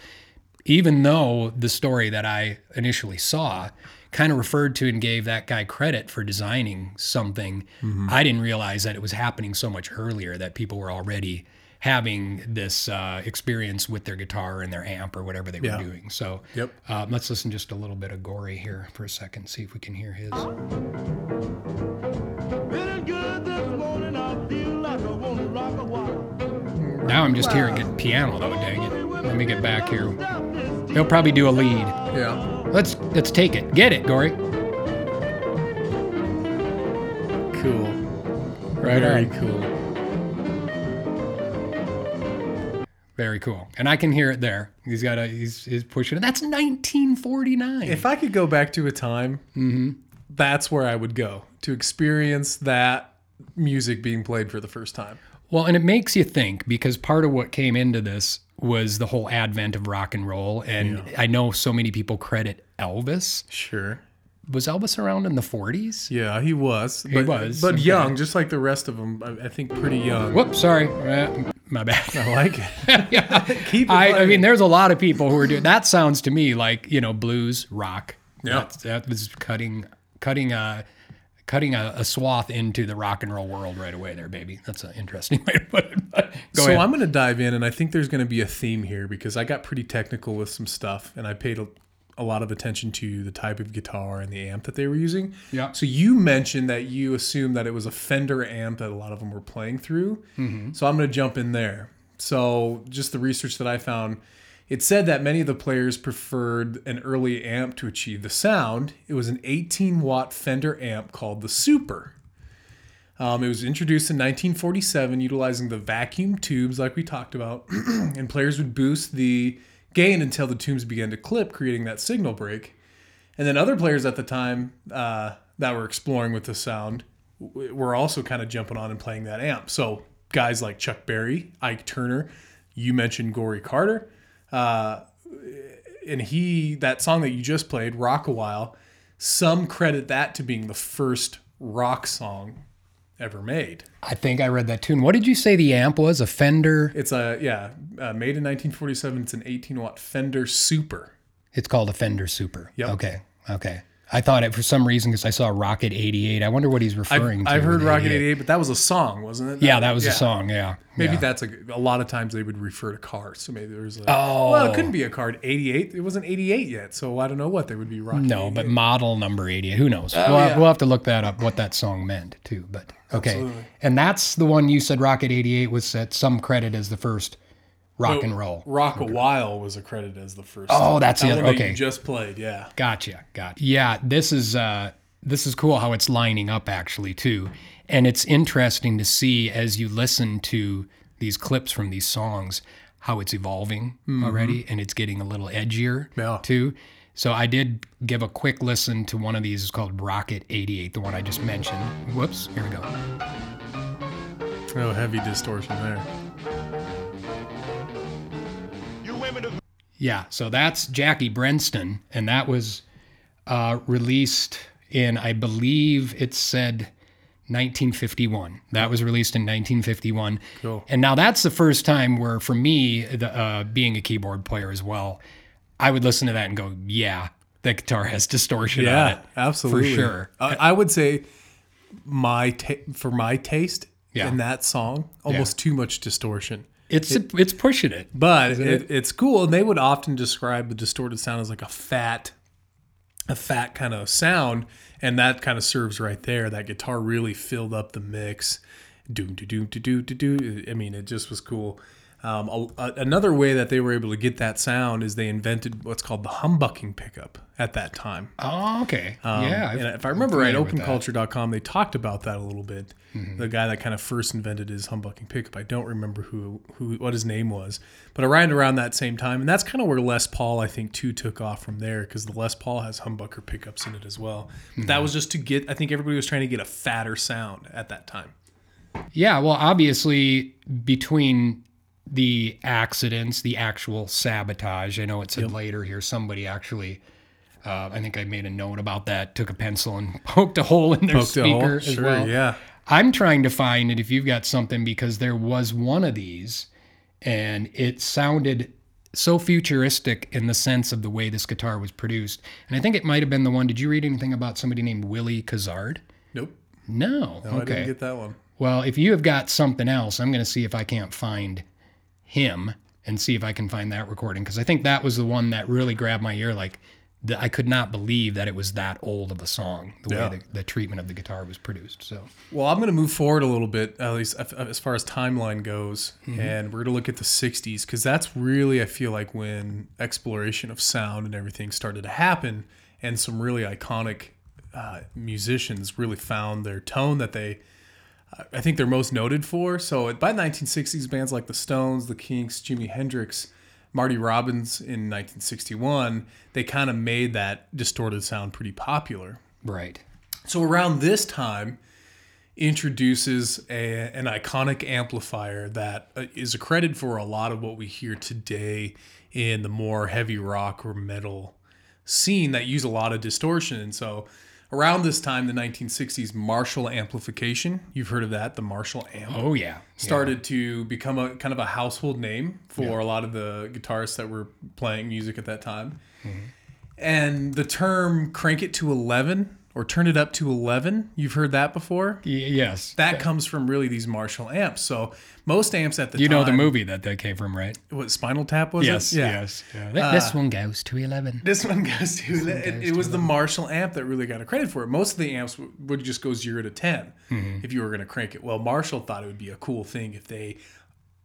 Speaker 4: even though the story that I initially saw kind of referred to and gave that guy credit for designing something,
Speaker 3: Mm-hmm.
Speaker 4: I didn't realize that it was happening so much earlier that people were already having this uh, experience with their guitar and their amp or whatever they were
Speaker 3: Yeah.
Speaker 4: doing. So
Speaker 3: Yep.
Speaker 4: uh, let's listen just a little bit of Gory here for a second, see if we can hear his.
Speaker 7: Feeling good this morning, I feel like I wanna rock a while.
Speaker 4: Now I'm just hearing good piano though, dang it. Let me get back here. They'll probably do a lead.
Speaker 3: Yeah.
Speaker 4: Let's let's take it. Get it, Gory.
Speaker 3: Cool.
Speaker 4: Right
Speaker 3: Very
Speaker 4: on.
Speaker 3: cool.
Speaker 4: Very cool. And I can hear it there. He's got a he's, he's pushing it. That's 1949.
Speaker 3: If I could go back to a time, that's where I would go to experience that music being played for the first time.
Speaker 4: Well, and it makes you think because part of what came into this was the whole advent of rock and roll. And I know so many people credit Elvis.
Speaker 3: Sure.
Speaker 4: Was Elvis around in the 40s?
Speaker 3: Yeah, he was. He but,
Speaker 4: was,
Speaker 3: But <laughs>
Speaker 4: okay.
Speaker 3: young, just like the rest of them. I, I think pretty young.
Speaker 4: Whoops, sorry. Uh, my bad. <laughs>
Speaker 3: I like it. <laughs> Keep it
Speaker 4: I, I
Speaker 3: playing.
Speaker 4: mean, there's a lot of people who are doing that. Sounds to me like you know blues, rock.
Speaker 3: Yeah.
Speaker 4: That's- that was cutting, cutting a, cutting a, a swath into the rock and roll world right away there, baby. That's an interesting <laughs> way to put it. But
Speaker 3: so
Speaker 4: go ahead.
Speaker 3: I'm going to dive in, and I think there's going to be a theme here because I got pretty technical with some stuff, and I paid a, a lot of attention to the type of guitar and the amp that they were using.
Speaker 4: Yeah.
Speaker 3: So you mentioned that you assumed that it was a Fender amp that a lot of them were playing through.
Speaker 4: Mm-hmm.
Speaker 3: So I'm going to jump in there. So just the research that I found. It said that many of the players preferred an early amp to achieve the sound. It was an 18 watt Fender amp called the Super. Um, it was introduced in 1947, utilizing the vacuum tubes, like we talked about, <clears throat> and players would boost the gain until the tubes began to clip, creating that signal break. And then other players at the time uh, that were exploring with the sound w- were also kind of jumping on and playing that amp. So guys like Chuck Berry, Ike Turner, you mentioned Gory Carter, uh, and he that song that you just played, "Rock a While." Some credit that to being the first rock song ever made.
Speaker 4: I think I read that tune. What did you say the amp was? A Fender.
Speaker 3: It's a yeah, uh, made in 1947. It's an 18 watt Fender Super.
Speaker 4: It's called a Fender Super.
Speaker 3: Yep.
Speaker 4: Okay. Okay. I thought it for some reason because I saw Rocket 88. I wonder what he's referring
Speaker 3: I've,
Speaker 4: to.
Speaker 3: I've heard
Speaker 4: with
Speaker 3: Rocket 88, but that was a song, wasn't it?
Speaker 4: Yeah, that was a song. Yeah.
Speaker 3: Maybe
Speaker 4: yeah.
Speaker 3: that's a, a lot of times they would refer to cars. So maybe there was a
Speaker 4: Oh.
Speaker 3: well, it couldn't be a card 88. It wasn't 88 yet, so I don't know what they would be rocking.
Speaker 4: No, but model number 88. Who knows? we'll,
Speaker 3: yeah.
Speaker 4: we'll have to look that up, what that song meant, too. But okay. And that's the one you said Rocket 88 was at some credit as the first rock and roll.
Speaker 3: Rock a while was accredited as the first.
Speaker 4: Oh, that's the
Speaker 3: That
Speaker 4: other-
Speaker 3: one that
Speaker 4: okay.
Speaker 3: You just played, yeah.
Speaker 4: Gotcha. Gotcha. Yeah, this is uh, this is cool how it's lining up actually too, and it's interesting to see as you listen to these clips from these songs how it's evolving already, and it's getting a little edgier
Speaker 3: Mm-hmm. Yeah.
Speaker 4: too. So I did give a quick listen to one of these. It's called Rocket '88, the one I just mentioned. Whoops. Here we go.
Speaker 3: Oh, heavy distortion there.
Speaker 4: Yeah, so that's Jackie Brenston, and that was uh, released in, I believe it said 1951. That was released in 1951.
Speaker 3: Cool.
Speaker 4: And now that's the first time where, for me, the, uh, being a keyboard player as well, I would listen to that and go, yeah, that guitar has distortion on it.
Speaker 3: Yeah, absolutely. Uh,
Speaker 4: For sure.
Speaker 3: I, I would say my ta- for my taste
Speaker 4: Yeah.
Speaker 3: in that song, almost too much distortion.
Speaker 4: It's, it's pushing it.
Speaker 3: But it, it's cool, and they would often describe the distorted sound as like a fat, a fat kind of sound, and that kind of serves right there. That guitar really filled up the mix. Doom, do, do, do, do, do, do. I mean, it just was cool. Um, a, a- another way that they were able to get that sound is they invented what's called the humbucking pickup at that time.
Speaker 4: Oh, okay. yeah.
Speaker 3: Um, And
Speaker 4: I've-
Speaker 3: if I remember right,
Speaker 4: familiar with that. Mm-hmm.
Speaker 3: openculture.com, they talked about that a little bit. The guy that kind of first invented his humbucking pickup. I don't remember who, who what his name was, but around around that same time. And that's kind of where Les Paul, I think, too, took off from there because the Les Paul has humbucker pickups in it as well. But
Speaker 4: Mm-hmm.
Speaker 3: That was just to get, I think everybody was trying to get a fatter sound at that time.
Speaker 4: Yeah, well, obviously, between the accidents, the actual sabotage, I know it said later here somebody actually. Uh, I think I made a note about that. Took a pencil and <laughs> poked a hole in their
Speaker 3: Poked a hole,
Speaker 4: speaker as
Speaker 3: sure,
Speaker 4: well.
Speaker 3: yeah.
Speaker 4: I'm trying to find it if you've got something because there was one of these, and it sounded so futuristic in the sense of the way this guitar was produced. And I think it might have been the one. Did you read anything about somebody named Willie Kazard?
Speaker 3: Nope.
Speaker 4: No.
Speaker 3: No,
Speaker 4: okay.
Speaker 3: I didn't get that one.
Speaker 4: Well, if you have got something else, I'm going to see if I can't find him and see if I can find that recording because I think that was the one that really grabbed my ear. Like, the, I could not believe that it was that old of a song, the
Speaker 3: Yeah.
Speaker 4: way the, the treatment of the guitar was produced. So,
Speaker 3: Well, I'm going to move forward a little bit, at least af- as far as timeline goes, and we're going to look at the '60s because that's really, I feel like, when exploration of sound and everything started to happen, and some really iconic uh, musicians really found their tone that they, I- I think, they're most noted for. So by 1960s, bands like the Stones, the Kinks, Jimi Hendrix. Marty Robbins in 1961, they kind of made that distorted sound pretty popular.
Speaker 4: right.
Speaker 3: So around this time introduces a, an iconic amplifier that uh, is a credit for a lot of what we hear today in the more heavy rock or metal scene that use a lot of distortion. And so around this time, the 1960s, Marshall amplification, you've heard of that, the Marshall amp
Speaker 4: Oh yeah.
Speaker 3: started to become a kind of a household name for a lot of the guitarists that were playing music at that time.
Speaker 4: Mm-hmm.
Speaker 3: And the term crank it to 11 or turn it up to 11, you've heard that before?
Speaker 4: Y- yes.
Speaker 3: That comes from really these Marshall amps. So most amps at the
Speaker 4: you
Speaker 3: time.
Speaker 4: know the movie that that came from, right?
Speaker 3: What, Spinal Tap was it? Uh,
Speaker 4: Yeah. Th- this one goes to eleven.
Speaker 3: This one goes to it, it was the Marshall amp that really got a credit for it. Most of the amps w- would just go zero to 10 if you were going to crank it. Well, Marshall thought it would be a cool thing if they,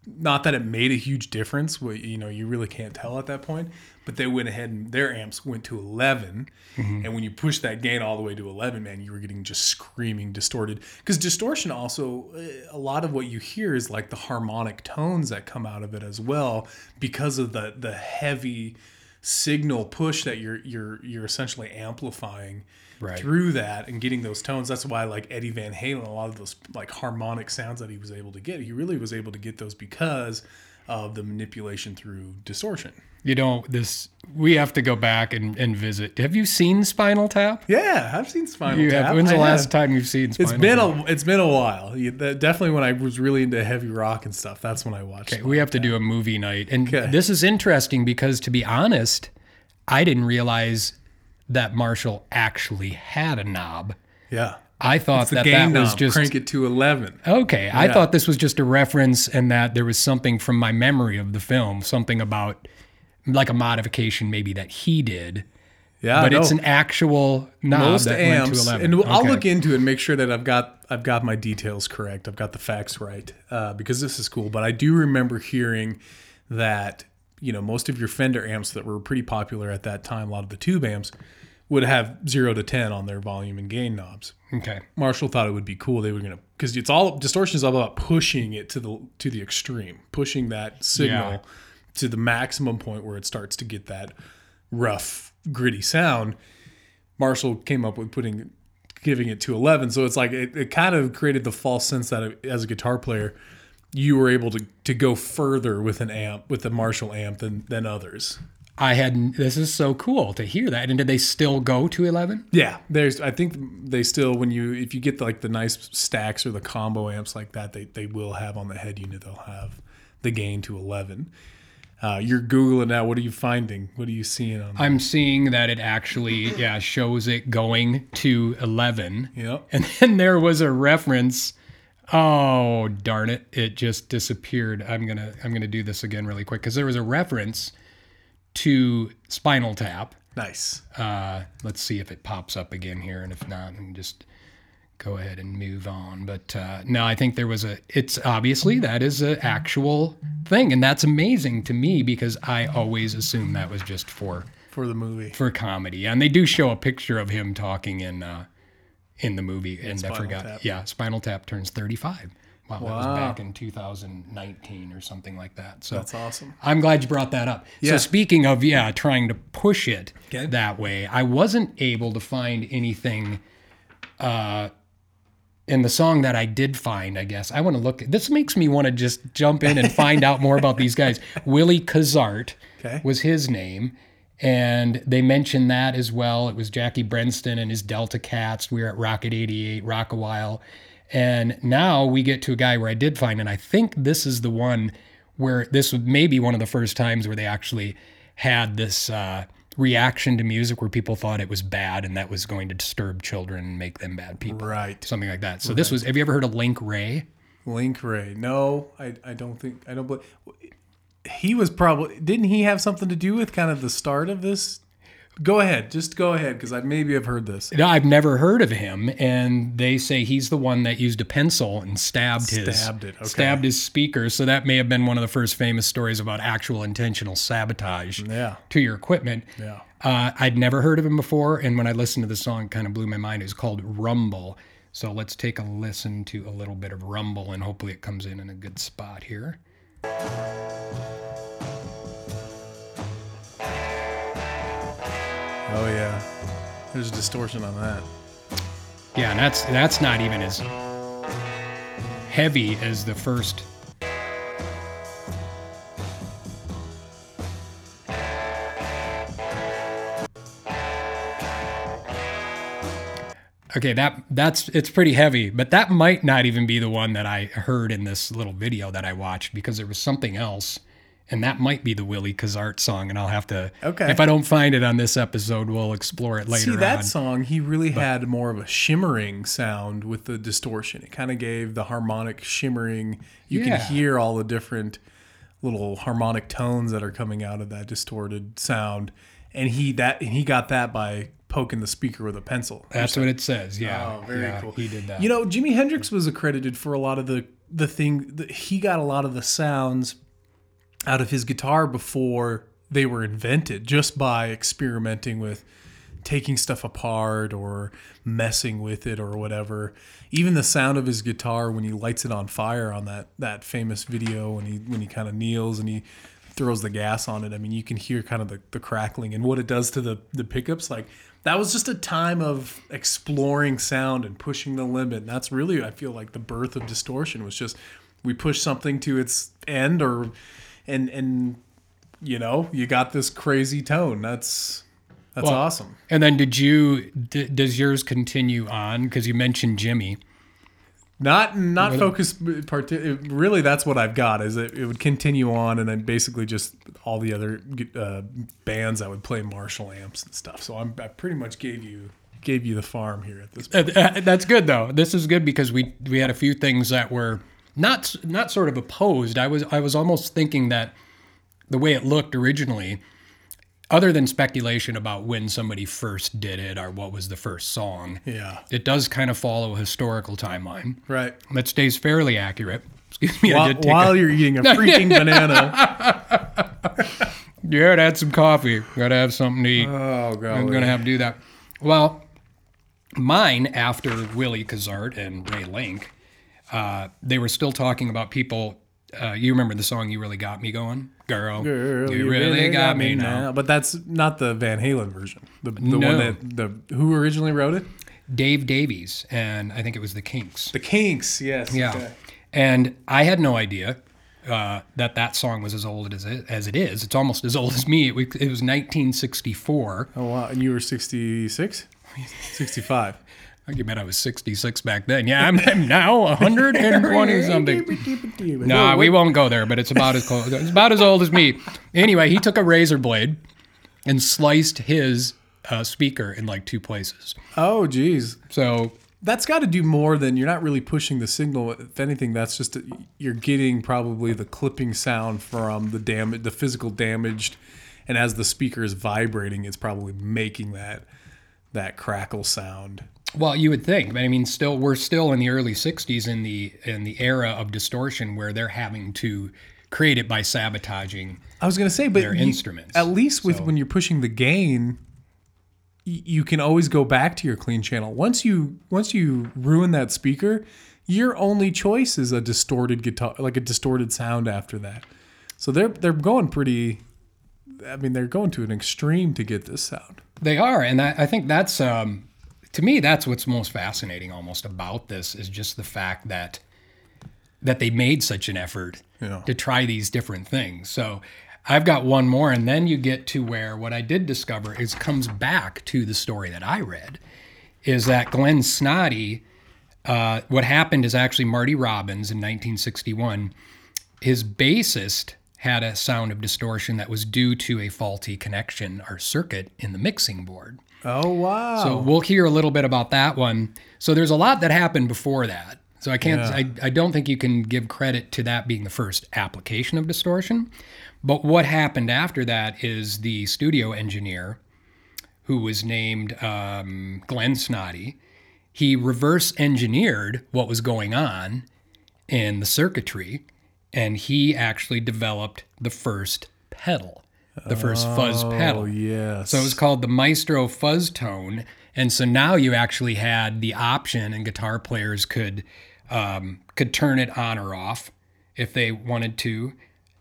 Speaker 3: not that it made a huge difference, what you know, you really can't tell at that point, but they went ahead and their amps went to 11. And when you push that gain all the way to 11, man, you were getting just screaming distorted. Because distortion also, eh, a lot of what you hear is like the harmonic tones that come out of it as well because of the, the heavy signal push that you're you're you're essentially amplifying
Speaker 4: Right.
Speaker 3: through that and getting those tones. That's why like Eddie Van Halen, a lot of those like harmonic sounds that he was able to get, he really was able to get those because of the manipulation through distortion.
Speaker 4: You know this. We have to go back and, and visit. Have you seen Spinal Tap?
Speaker 3: Yeah, I've seen Spinal
Speaker 4: You
Speaker 3: Tap.
Speaker 4: have. When's the
Speaker 3: I
Speaker 4: last
Speaker 3: have.
Speaker 4: time you've seen Spinal?
Speaker 3: It's been
Speaker 4: Tap?
Speaker 3: a it's been a while. You- that- definitely when I was really into heavy rock and stuff. That's when I watched.
Speaker 4: We have to do a movie night. And
Speaker 3: Okay.
Speaker 4: this is interesting because, to be honest, I didn't realize that Marshall actually had a knob.
Speaker 3: Yeah,
Speaker 4: I thought
Speaker 3: the
Speaker 4: that
Speaker 3: game
Speaker 4: that was just
Speaker 3: crank it to eleven.
Speaker 4: okay. I
Speaker 3: Yeah.
Speaker 4: thought this was just a reference and that there was something from my memory of the film, something about like a modification maybe that he did.
Speaker 3: Yeah,
Speaker 4: But
Speaker 3: no.
Speaker 4: it's an actual knob
Speaker 3: most
Speaker 4: that went to
Speaker 3: amps,
Speaker 4: 11.
Speaker 3: and I'll
Speaker 4: Okay.
Speaker 3: look into it and make sure that I've got I've got my details correct. I've got the facts right uh, because this is cool. But I do remember hearing that you know most of your Fender amps that were pretty popular at that time, a lot of the tube amps, would have zero to ten on their volume and gain knobs.
Speaker 4: Okay.
Speaker 3: Marshall thought it would be cool. They were gonna because it's all distortion is all about pushing it to the to the extreme, pushing that signal
Speaker 4: Yeah.
Speaker 3: to the maximum point where it starts to get that rough, gritty sound. Marshall came up with putting giving it to eleven, so it's like it, it kind of created the false sense that as a guitar player, you were able to to go further with an amp with a Marshall amp than than others.
Speaker 4: I had this is so cool to hear that. And did they still go to 11?
Speaker 3: Yeah, there's. I think they still when you if you get like the nice stacks or the combo amps like that, they they will have on the head unit. They'll have the gain to eleven. Uh, you're googling now. What are you finding? What are you seeing on?
Speaker 4: I'm seeing that it actually yeah shows it going to 11.
Speaker 3: you know,
Speaker 4: And <laughs> then there was a reference. Oh darn it! It just disappeared. I'm gonna I'm gonna do this again really quick because there was a reference to Spinal Tap.
Speaker 3: nice.
Speaker 4: Uh, let's see if it pops up again here, and if not, and just go ahead and move on. But uh, no, I think there was a. It's obviously that is an actual thing, and that's amazing to me because I always assumed that was just for
Speaker 3: for the movie.
Speaker 4: for comedy. And they do show a picture of him talking in uh, in the movie, and I
Speaker 3: Spinal
Speaker 4: forgot.
Speaker 3: Tap.
Speaker 4: Yeah, Spinal Tap turns 35. Wow, that was back in 2019 or something like that. So
Speaker 3: That's awesome.
Speaker 4: I'm glad you brought that up.
Speaker 3: Yeah.
Speaker 4: So speaking of yeah, trying to push it that way, I wasn't able to find anything. Uh, in the song that I did find, I guess I want to look. This makes me want to just jump
Speaker 3: <laughs>
Speaker 4: in and find out more about these guys. Willie Kazart
Speaker 3: Okay.
Speaker 4: was his name, and they mentioned that as well. It was Jackie Brenston and his Delta Cats. We were at Rocket 88, Rock a While. And now we get to a guy where I did find, and I think this is the one where this was maybe one of the first times where they actually had this uh, reaction to music where people thought it was bad and that was going to disturb children and make them bad people.
Speaker 3: Right.
Speaker 4: Something like that. So this was, have you ever heard of Link Ray?
Speaker 3: Link Ray. No, I I don't think I don't believe. He was probably didn't he have something to do with kind of the start of this? Go ahead, just go ahead because I maybe I've heard this.
Speaker 4: No, I've never heard of him, and they say he's the one that used a pencil and stabbed his
Speaker 3: Stabbed it, okay.
Speaker 4: stabbed his speaker. So that may have been one of the first famous stories about actual intentional sabotage
Speaker 3: Yeah.
Speaker 4: to your equipment.
Speaker 3: Yeah.
Speaker 4: Uh, I'd never heard of him before, and when I listened to the song, it kind of blew my mind. It was called Rumble. So let's take a listen to a little bit of Rumble, and hopefully it comes in in a good spot here.
Speaker 3: Oh yeah, there's distortion on that.
Speaker 4: Yeah, and that's that's not even his heavy as the first. Okay, that that's it's pretty heavy, but that might not even be the one that I heard in this little video that I watched because there was something else, and that might be the Willie Kazart song, and I'll have to.
Speaker 3: Okay.
Speaker 4: If I don't find it on this episode, we'll explore it later.
Speaker 3: See that
Speaker 4: on.
Speaker 3: song, he really had more of a shimmering sound with the distortion. It kind of gave the harmonic shimmering. You
Speaker 4: Yeah.
Speaker 3: can hear all the different little harmonic tones that are coming out of that distorted sound. And he that and he got that by poking the speaker with a pencil.
Speaker 4: That's what it says. Yeah.
Speaker 3: Oh, very
Speaker 4: Yeah,
Speaker 3: cool.
Speaker 4: He did that.
Speaker 3: You know, Jimi Hendrix was accredited for a lot of the the thing. The, he got a lot of the sounds out of his guitar before they were invented, just by experimenting with taking stuff apart or messing with it or whatever. Even the sound of his guitar when he lights it on fire on that that famous video when he when he kind of kneels and he throws the gas on it. I mean, you can hear kind of the, the crackling and what it does to the the pickups. Like that was just a time of exploring sound and pushing the limit. And that's really I feel like the birth of distortion was just we push something to its end or and and you know, you got this crazy tone. That's that's
Speaker 4: Well,
Speaker 3: awesome.
Speaker 4: And then did you, d- does yours continue on? Because you mentioned Jimmy.
Speaker 3: Not not focused. uh, Part, really, that's what I've got. Is it, it would continue on, and then basically just all the other uh, bands that would play Marshall amps and stuff. So I'm, I pretty much gave you gave you the farm here at this. point.
Speaker 4: Uh, uh, That's good though. This is good because we we had a few things that were not s- not sort of opposed. I was I was almost thinking that the way it looked originally, other than speculation about when somebody first did it or what was the first song,
Speaker 3: Yeah.
Speaker 4: it does kind of follow a historical timeline
Speaker 3: Right.
Speaker 4: that stays fairly accurate. <laughs> Excuse me, I
Speaker 3: While,
Speaker 4: did take <laughs>
Speaker 3: while
Speaker 4: a,
Speaker 3: you're eating a freaking
Speaker 4: <laughs>
Speaker 3: banana.
Speaker 4: yeah, I had some coffee. Gotta have something to eat.
Speaker 3: Oh god.
Speaker 4: I'm going to have to do that. Well, mine after Willie Kazart and Ray Link, uh, they were still talking about people. Uh, you remember the song "You Really Got Me Going," girl?
Speaker 3: Girl,
Speaker 4: you, really, got, me now.
Speaker 3: But that's not the Van Halen version. The, the
Speaker 4: No.
Speaker 3: one that the who originally wrote it?
Speaker 4: Dave Davies and I think it was the Kinks.
Speaker 3: The Kinks. Yes.
Speaker 4: yeah,
Speaker 3: okay.
Speaker 4: and I had no idea. Uh, that that song was as old as it, as it is. It's almost as old as me. It, wa- it was 1964.
Speaker 3: Oh wow. And you were
Speaker 4: <laughs>
Speaker 3: 66, 65.
Speaker 4: I think you bet I was 66 back then. Yeah, I'm, I'm now
Speaker 3: <laughs>
Speaker 4: 120 <laughs> something. No, we won't go there, but it's about as close. <laughs> It's about as old as me. Anyway, he took a razor blade and sliced his uh, speaker in like two places.
Speaker 3: Oh geez.
Speaker 4: So
Speaker 3: that's got to do more than you're not really pushing the signal. If anything, that's just uh, you're getting probably the clipping sound from the damage, the physical damaged, and as the speaker is vibrating, it's probably making that that crackle sound.
Speaker 4: Well, you would think, but I mean, still, we're still in the early '60s in the in the era of distortion where they're having to create it by sabotaging.
Speaker 3: I was gonna say, but
Speaker 4: They're
Speaker 3: you-
Speaker 4: instruments,
Speaker 3: At least with when you're pushing the gain, y- you can always go back to your clean channel. Once you once you ruin that speaker, your only choice is a distorted guitar, like a distorted sound after that. So they're they're going pretty. I mean, they're going to an extreme to get this sound.
Speaker 4: They are, and I, I think that's um, to me that's what's most fascinating almost about this is just the fact that that they made such an effort
Speaker 3: Yeah.
Speaker 4: to try these different things. So I've got one more, and then you get to where what I did discover is comes back to the story that I read is that Glenn Snoddy. Uh, what happened is actually Marty Robbins in 1961 his bassist had a sound of distortion that was due to a faulty connection or circuit in the mixing board.
Speaker 3: Oh wow!
Speaker 4: So we'll hear a little bit about that one. So there's a lot that happened before that. So I can't I, I don't think you can give credit to that being the first application of distortion. But what happened after that is the studio engineer who was named um, Glenn Snoddy, he reverse engineered what was going on in the circuitry and he actually developed the first pedal, the first fuzz pedal.
Speaker 3: yes.
Speaker 4: So it was called the Maestro Fuzz Tone. And so now you actually had the option, and guitar players could um, could turn it on or off if they wanted to,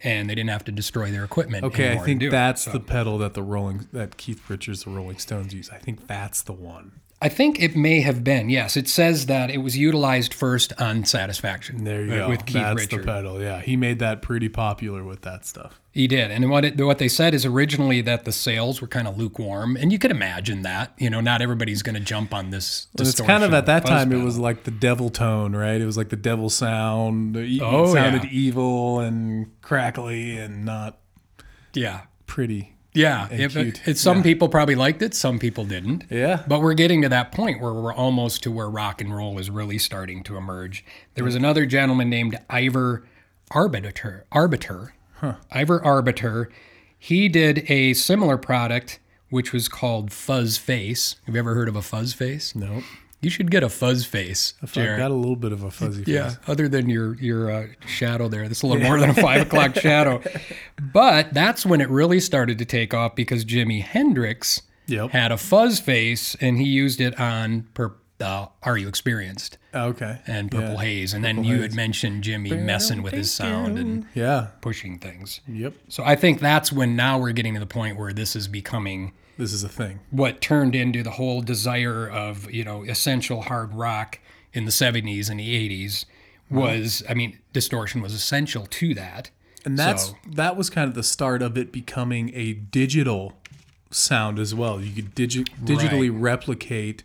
Speaker 4: and they didn't have to destroy their equipment.
Speaker 3: okay, I
Speaker 4: anymore to
Speaker 3: think
Speaker 4: do it.
Speaker 3: that's
Speaker 4: So
Speaker 3: the pedal that the Rolling that Keith Richards, the Rolling Stones use. I think that's the one.
Speaker 4: I think it may have been. Yes, it says that it was utilized first on Satisfaction.
Speaker 3: There you
Speaker 4: with,
Speaker 3: go.
Speaker 4: With Keith
Speaker 3: That's
Speaker 4: Richards.
Speaker 3: the pedal. Yeah, he made that pretty popular with that stuff.
Speaker 4: He did, and what it, what they said is originally that the sales were kind of lukewarm, and you could imagine that. You know, not everybody's going to jump on this.
Speaker 3: And it's kind of at that time it was like the devil tone, right? It was like the devil sound. It
Speaker 4: Oh,
Speaker 3: sounded
Speaker 4: yeah.
Speaker 3: evil and crackly and not
Speaker 4: yeah,
Speaker 3: pretty.
Speaker 4: yeah. It,
Speaker 3: cute.
Speaker 4: it- some people probably liked it, some people didn't.
Speaker 3: Yeah.
Speaker 4: But we're getting to that point where we're almost to where rock and roll is really starting to emerge. There
Speaker 3: Mm.
Speaker 4: was another gentleman named Ivor Arbiter. Arbiter. Ivor Arbiter. He did a similar product which was called Fuzz Face. Have you ever heard of a Fuzz Face?
Speaker 3: Nope.
Speaker 4: You should get a Fuzz Face,
Speaker 3: I
Speaker 4: Jared.
Speaker 3: got a little bit of a fuzzy face.
Speaker 4: Yeah, other than your your uh, shadow there, that's a little more than a
Speaker 3: <laughs>
Speaker 4: five o'clock shadow. But that's when it really started to take off because Jimi Hendrix
Speaker 3: Yep.
Speaker 4: had a fuzz face and he used it on per, uh, "Are You Experienced"
Speaker 3: Okay.
Speaker 4: and "Purple
Speaker 3: yeah.
Speaker 4: Haze," and then you had mentioned Jimmy messing with his sound and
Speaker 3: Yeah.
Speaker 4: pushing things.
Speaker 3: Yep.
Speaker 4: So I think that's when now we're getting to the point where this is becoming
Speaker 3: This is a thing.
Speaker 4: what turned into the whole desire of you know essential hard rock in the 70s and the 80s
Speaker 3: Uh-huh.
Speaker 4: was i mean distortion was essential to that
Speaker 3: And that's
Speaker 4: So-
Speaker 3: that was kind of the start of it becoming a digital sound as well. You could digi- digitally replicate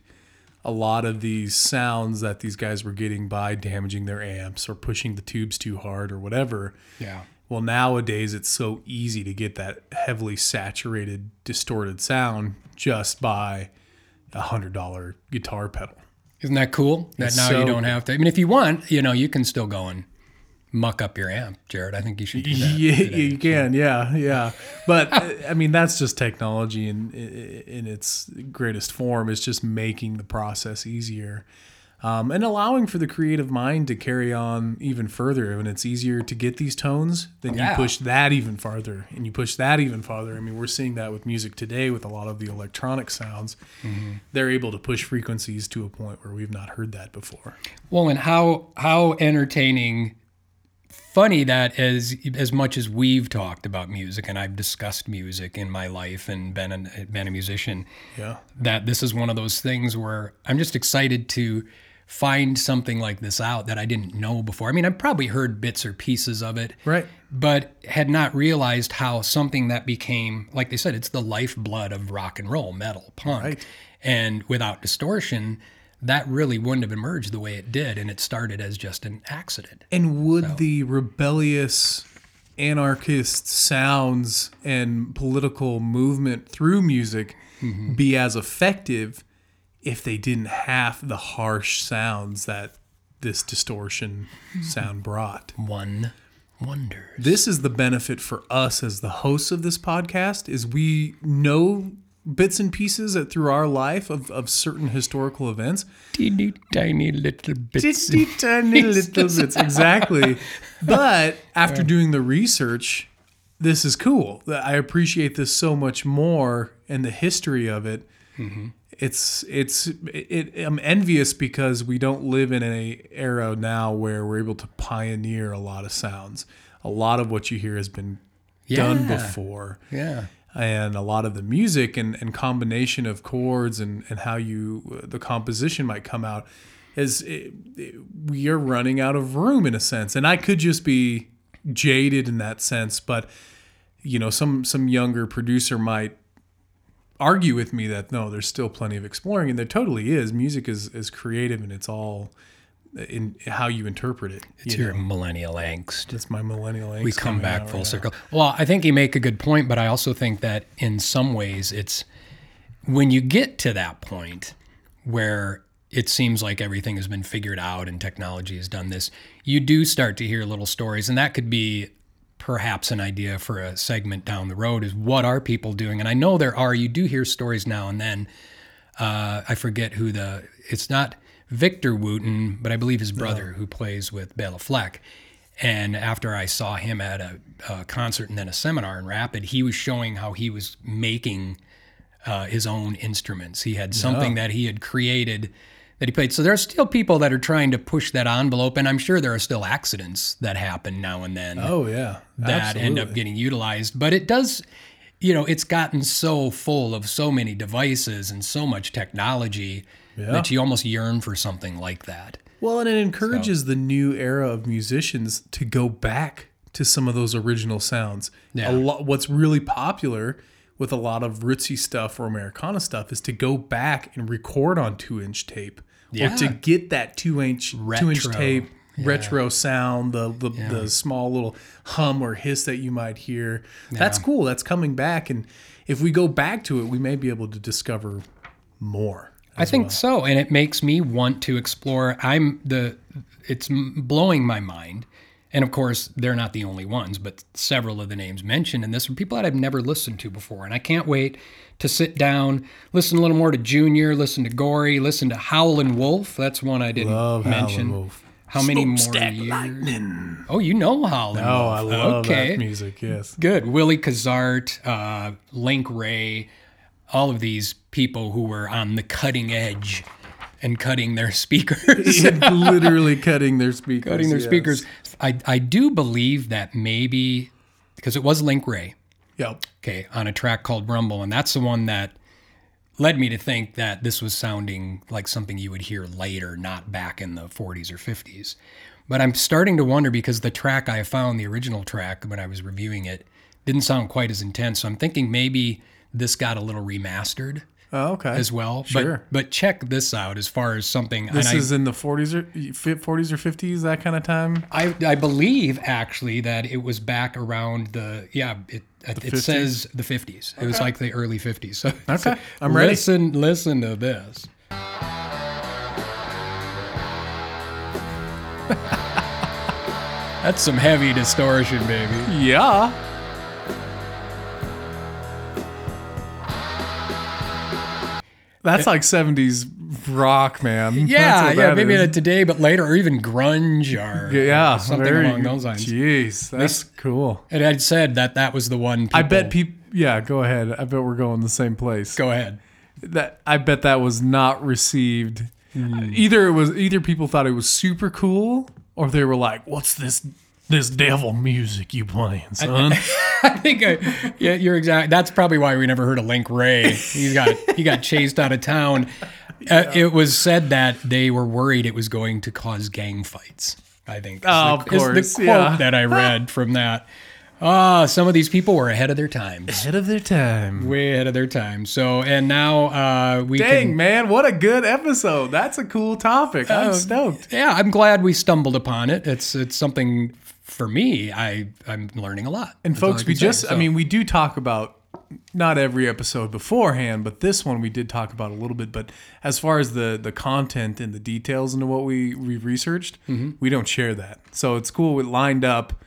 Speaker 3: a lot of these sounds that these guys were getting by damaging their amps or pushing the tubes too hard or whatever.
Speaker 4: yeah
Speaker 3: Well, nowadays it's so easy to get that heavily saturated, distorted sound just by a hundred dollar guitar pedal.
Speaker 4: isn't that cool that
Speaker 3: It's
Speaker 4: now you
Speaker 3: so
Speaker 4: don't have to i mean if you want you know you can still go and muck up your amp jared i think you should do
Speaker 3: <laughs>
Speaker 4: that
Speaker 3: Yeah, you can. Yeah, yeah. But uh, I mean, that's just technology in in its greatest form. It's just making the process easier. Um, and allowing for the creative mind to carry on even further. When it's easier to get these tones, then
Speaker 4: Yeah.
Speaker 3: you push that even farther and you push that even farther. I mean, we're seeing that with music today with a lot of the electronic sounds.
Speaker 4: Mm-hmm.
Speaker 3: They're able to push frequencies to a point where we've not heard that before.
Speaker 4: Well, and how how entertaining, funny that as as much as we've talked about music and I've discussed music in my life and been an, been a musician.
Speaker 3: Yeah.
Speaker 4: That this is one of those things where I'm just excited to find something like this out that I didn't know before. I mean, I've probably heard bits or pieces of it.
Speaker 3: Right.
Speaker 4: But had not realized how something that became, like they said, it's the lifeblood of rock and roll, metal, punk.
Speaker 3: Right.
Speaker 4: And without distortion, that really wouldn't have emerged the way it did. And it started as just an accident.
Speaker 3: And would the rebellious anarchist sounds and political movement through music be as effective if they didn't have the harsh sounds that this distortion sound brought?
Speaker 4: One wonders.
Speaker 3: This is the benefit for us as the hosts of this podcast is we know bits and pieces that through our life of, of certain historical events
Speaker 4: Teeny tiny little bits.
Speaker 3: Tiny little bits, exactly. But after doing the research, this is cool. I appreciate this so much more and the history of it. It's it's it, I'm envious because we don't live in an era now where we're able to pioneer a lot of sounds. A lot of what you hear has been done
Speaker 4: Yeah.
Speaker 3: before
Speaker 4: Yeah.
Speaker 3: and a lot of the music and, and combination of chords and, and how you uh, the composition might come out is it, it- we are running out of room in a sense and i could just be jaded in that sense but you know some some younger producer might argue with me that no there's still plenty of exploring and there totally is music is is creative and it's all in how you interpret it
Speaker 4: It's your millennial angst.
Speaker 3: that's my millennial angst
Speaker 4: we come
Speaker 3: coming
Speaker 4: back
Speaker 3: out
Speaker 4: full
Speaker 3: right now.
Speaker 4: circle. Well, I think you make a good point, but I also think that in some ways it's when you get to that point where it seems like everything has been figured out and technology has done this, you do start to hear little stories, and that could be perhaps an idea for a segment down the road is what are people doing? And I know there are, you do hear stories now and then. Uh, I forget who the, it's not Victor Wooten, but I believe his brother who plays with Bela Fleck. And after I saw him at a, a concert and then a seminar in Rapid, he was showing how he was making uh, his own instruments. He had something that he had created that he played. So there are still people that are trying to push that envelope, and I'm sure there are still accidents that happen now and then
Speaker 3: oh yeah
Speaker 4: that end up
Speaker 3: Absolutely.
Speaker 4: getting utilized. But it does, you know, it's gotten so full of so many devices and so much technology that you almost yearn for something like that.
Speaker 3: Well, and it encourages the new era of musicians to go back to some of those original sounds.
Speaker 4: Yeah.
Speaker 3: A lot what's really popular with a lot of rootsy stuff or Americana stuff is to go back and record on two inch tape. Or to
Speaker 4: Yeah.
Speaker 3: get that two inch two inch
Speaker 4: Retro.
Speaker 3: tape retro sound, the the, the small little hum or hiss that you might hear. That's cool. That's coming back and if we go back to it, we may be able to discover more.
Speaker 4: I think so, and it makes me want to explore. I'm the it's m- blowing my mind, and of course they're not the only ones, but several of the names mentioned in this are people that I've never listened to before, and I can't wait to sit down, listen a little more to Junior, listen to Gory, listen to Howlin' Wolf. That's one I didn't
Speaker 3: Love Howlin'
Speaker 4: mention.
Speaker 3: Wolf.
Speaker 4: How many more
Speaker 5: Smokestack
Speaker 4: years? Oh, you know Howlin'
Speaker 3: Oh,
Speaker 4: Wolf.
Speaker 3: I love
Speaker 4: okay.
Speaker 3: that music,
Speaker 4: <laughs>
Speaker 3: yes.
Speaker 4: Good. Willie Kazart, uh, Link Ray, all of these people who were on the cutting edge and cutting their <laughs> speakers.
Speaker 3: literally cutting their speakers.
Speaker 4: cutting their
Speaker 3: yes.
Speaker 4: speakers. I, I do believe that maybe, because it was Link Ray,
Speaker 3: Yep.
Speaker 4: okay, on a track called Rumble, and that's the one that led me to think that this was sounding like something you would hear later, not back in the 40s or 50s. But I'm starting to wonder because the track I found, the original track when I was reviewing it, didn't sound quite as intense. So I'm thinking maybe this got a little remastered
Speaker 3: Oh, okay.
Speaker 4: as well.
Speaker 3: Sure.
Speaker 4: But but check this out as far as something
Speaker 3: This
Speaker 4: and I-
Speaker 3: is in the 40s or fi- 40s or 50s, that kind of
Speaker 4: <laughs>
Speaker 3: time.
Speaker 4: I, I believe actually that it was back around the yeah it it
Speaker 3: 50s?
Speaker 4: says the 50s. It was like the early 50s. <laughs> So,
Speaker 3: Okay, I'm ready.
Speaker 4: Listen listen to this. <laughs> That's some heavy distortion, baby.
Speaker 3: Yeah. That's like 70s rock, man.
Speaker 4: Yeah,
Speaker 3: That's what
Speaker 4: yeah,
Speaker 3: that
Speaker 4: maybe
Speaker 3: is.
Speaker 4: not today, but later, or even grunge, or
Speaker 3: yeah,
Speaker 4: something
Speaker 3: very-
Speaker 4: along those lines.
Speaker 3: Jeez, that's cool.
Speaker 4: And I'd said that that was the one. People,
Speaker 3: I bet people. Yeah, go ahead. I bet we're going the same place.
Speaker 4: Go ahead.
Speaker 3: that I bet that was not received. Either it was either people thought it was super cool or they were like, "What's this?"
Speaker 5: This devil music you playing, son.
Speaker 4: I think I, yeah, you're exact. That's probably why we never heard of Link Ray. He got he got chased out of town. Uh, it was said that they were worried it was going to cause gang fights. I think. is
Speaker 3: Oh,
Speaker 4: the-
Speaker 3: of
Speaker 4: is
Speaker 3: course,
Speaker 4: the quote
Speaker 3: yeah. <laughs>
Speaker 4: that I read from that. Ah, some of these people were ahead of their
Speaker 3: <laughs>
Speaker 4: time,
Speaker 3: Ahead of their time.
Speaker 4: way ahead of their time. So, and now uh, we
Speaker 3: Dang,
Speaker 4: can.
Speaker 3: man, what a good episode. That's a cool topic. I'm stoked.
Speaker 4: Yeah, I'm glad we stumbled upon it. It's it's something for me. I I'm learning a lot.
Speaker 3: And
Speaker 4: That's all
Speaker 3: folks,
Speaker 4: I
Speaker 3: we
Speaker 4: can say.
Speaker 3: just I
Speaker 4: So-
Speaker 3: mean, we do talk about not every episode beforehand, but this one we did talk about a little bit, but as far as the the content and the details into what we we researched,
Speaker 4: Mm-hmm.
Speaker 3: we don't share that. So it's cool it lined up.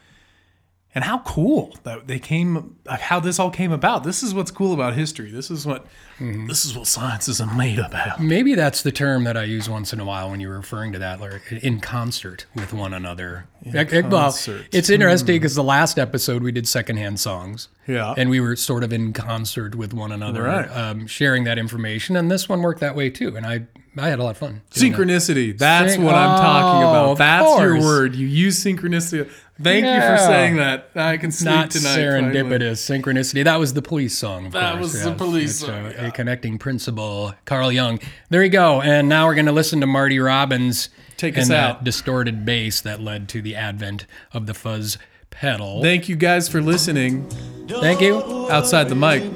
Speaker 3: And how cool that they came like, how this all came about. This is what's cool about history. This is what
Speaker 4: Mm-hmm.
Speaker 5: this is what science is made about.
Speaker 4: Maybe that's the term that I use once in a while when you're referring to that, like in concert with one another. Like, like, well,
Speaker 3: concert. Hmm.
Speaker 4: it's interesting because the last episode we did secondhand songs.
Speaker 3: Yeah.
Speaker 4: And we were sort of in concert with one another,
Speaker 3: Right.
Speaker 4: um, sharing that information. And this one worked that way too. And I, I had a lot of fun. doing that.
Speaker 3: synchronicity. That's
Speaker 4: Syn-
Speaker 3: what I'm talking
Speaker 4: Oh,
Speaker 3: about.
Speaker 4: of
Speaker 3: That's your
Speaker 4: course.
Speaker 3: word. You use synchronicity. Thank you for
Speaker 4: Yeah.
Speaker 3: saying that. I can sleep
Speaker 4: Not
Speaker 3: tonight. finally.
Speaker 4: serendipitous synchronicity. That was the police song. Of
Speaker 3: That
Speaker 4: course,
Speaker 3: was the police
Speaker 4: It's,
Speaker 3: song,
Speaker 4: uh, A connecting principle. Carl Young. There you go. And now we're going to listen to Marty Robbins
Speaker 3: Take
Speaker 4: and
Speaker 3: us
Speaker 4: that
Speaker 3: out.
Speaker 4: distorted bass that led to the advent of the fuzz pedal.
Speaker 3: Thank you guys for listening.
Speaker 4: Thank you.
Speaker 3: Outside the mic.
Speaker 4: Is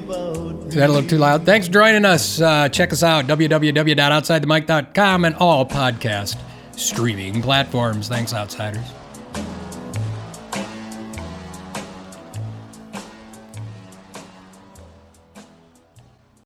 Speaker 4: that a little too loud? Thanks for joining us. Uh, check us out www.outsidethemic.com and all podcast streaming platforms. Thanks, outsiders.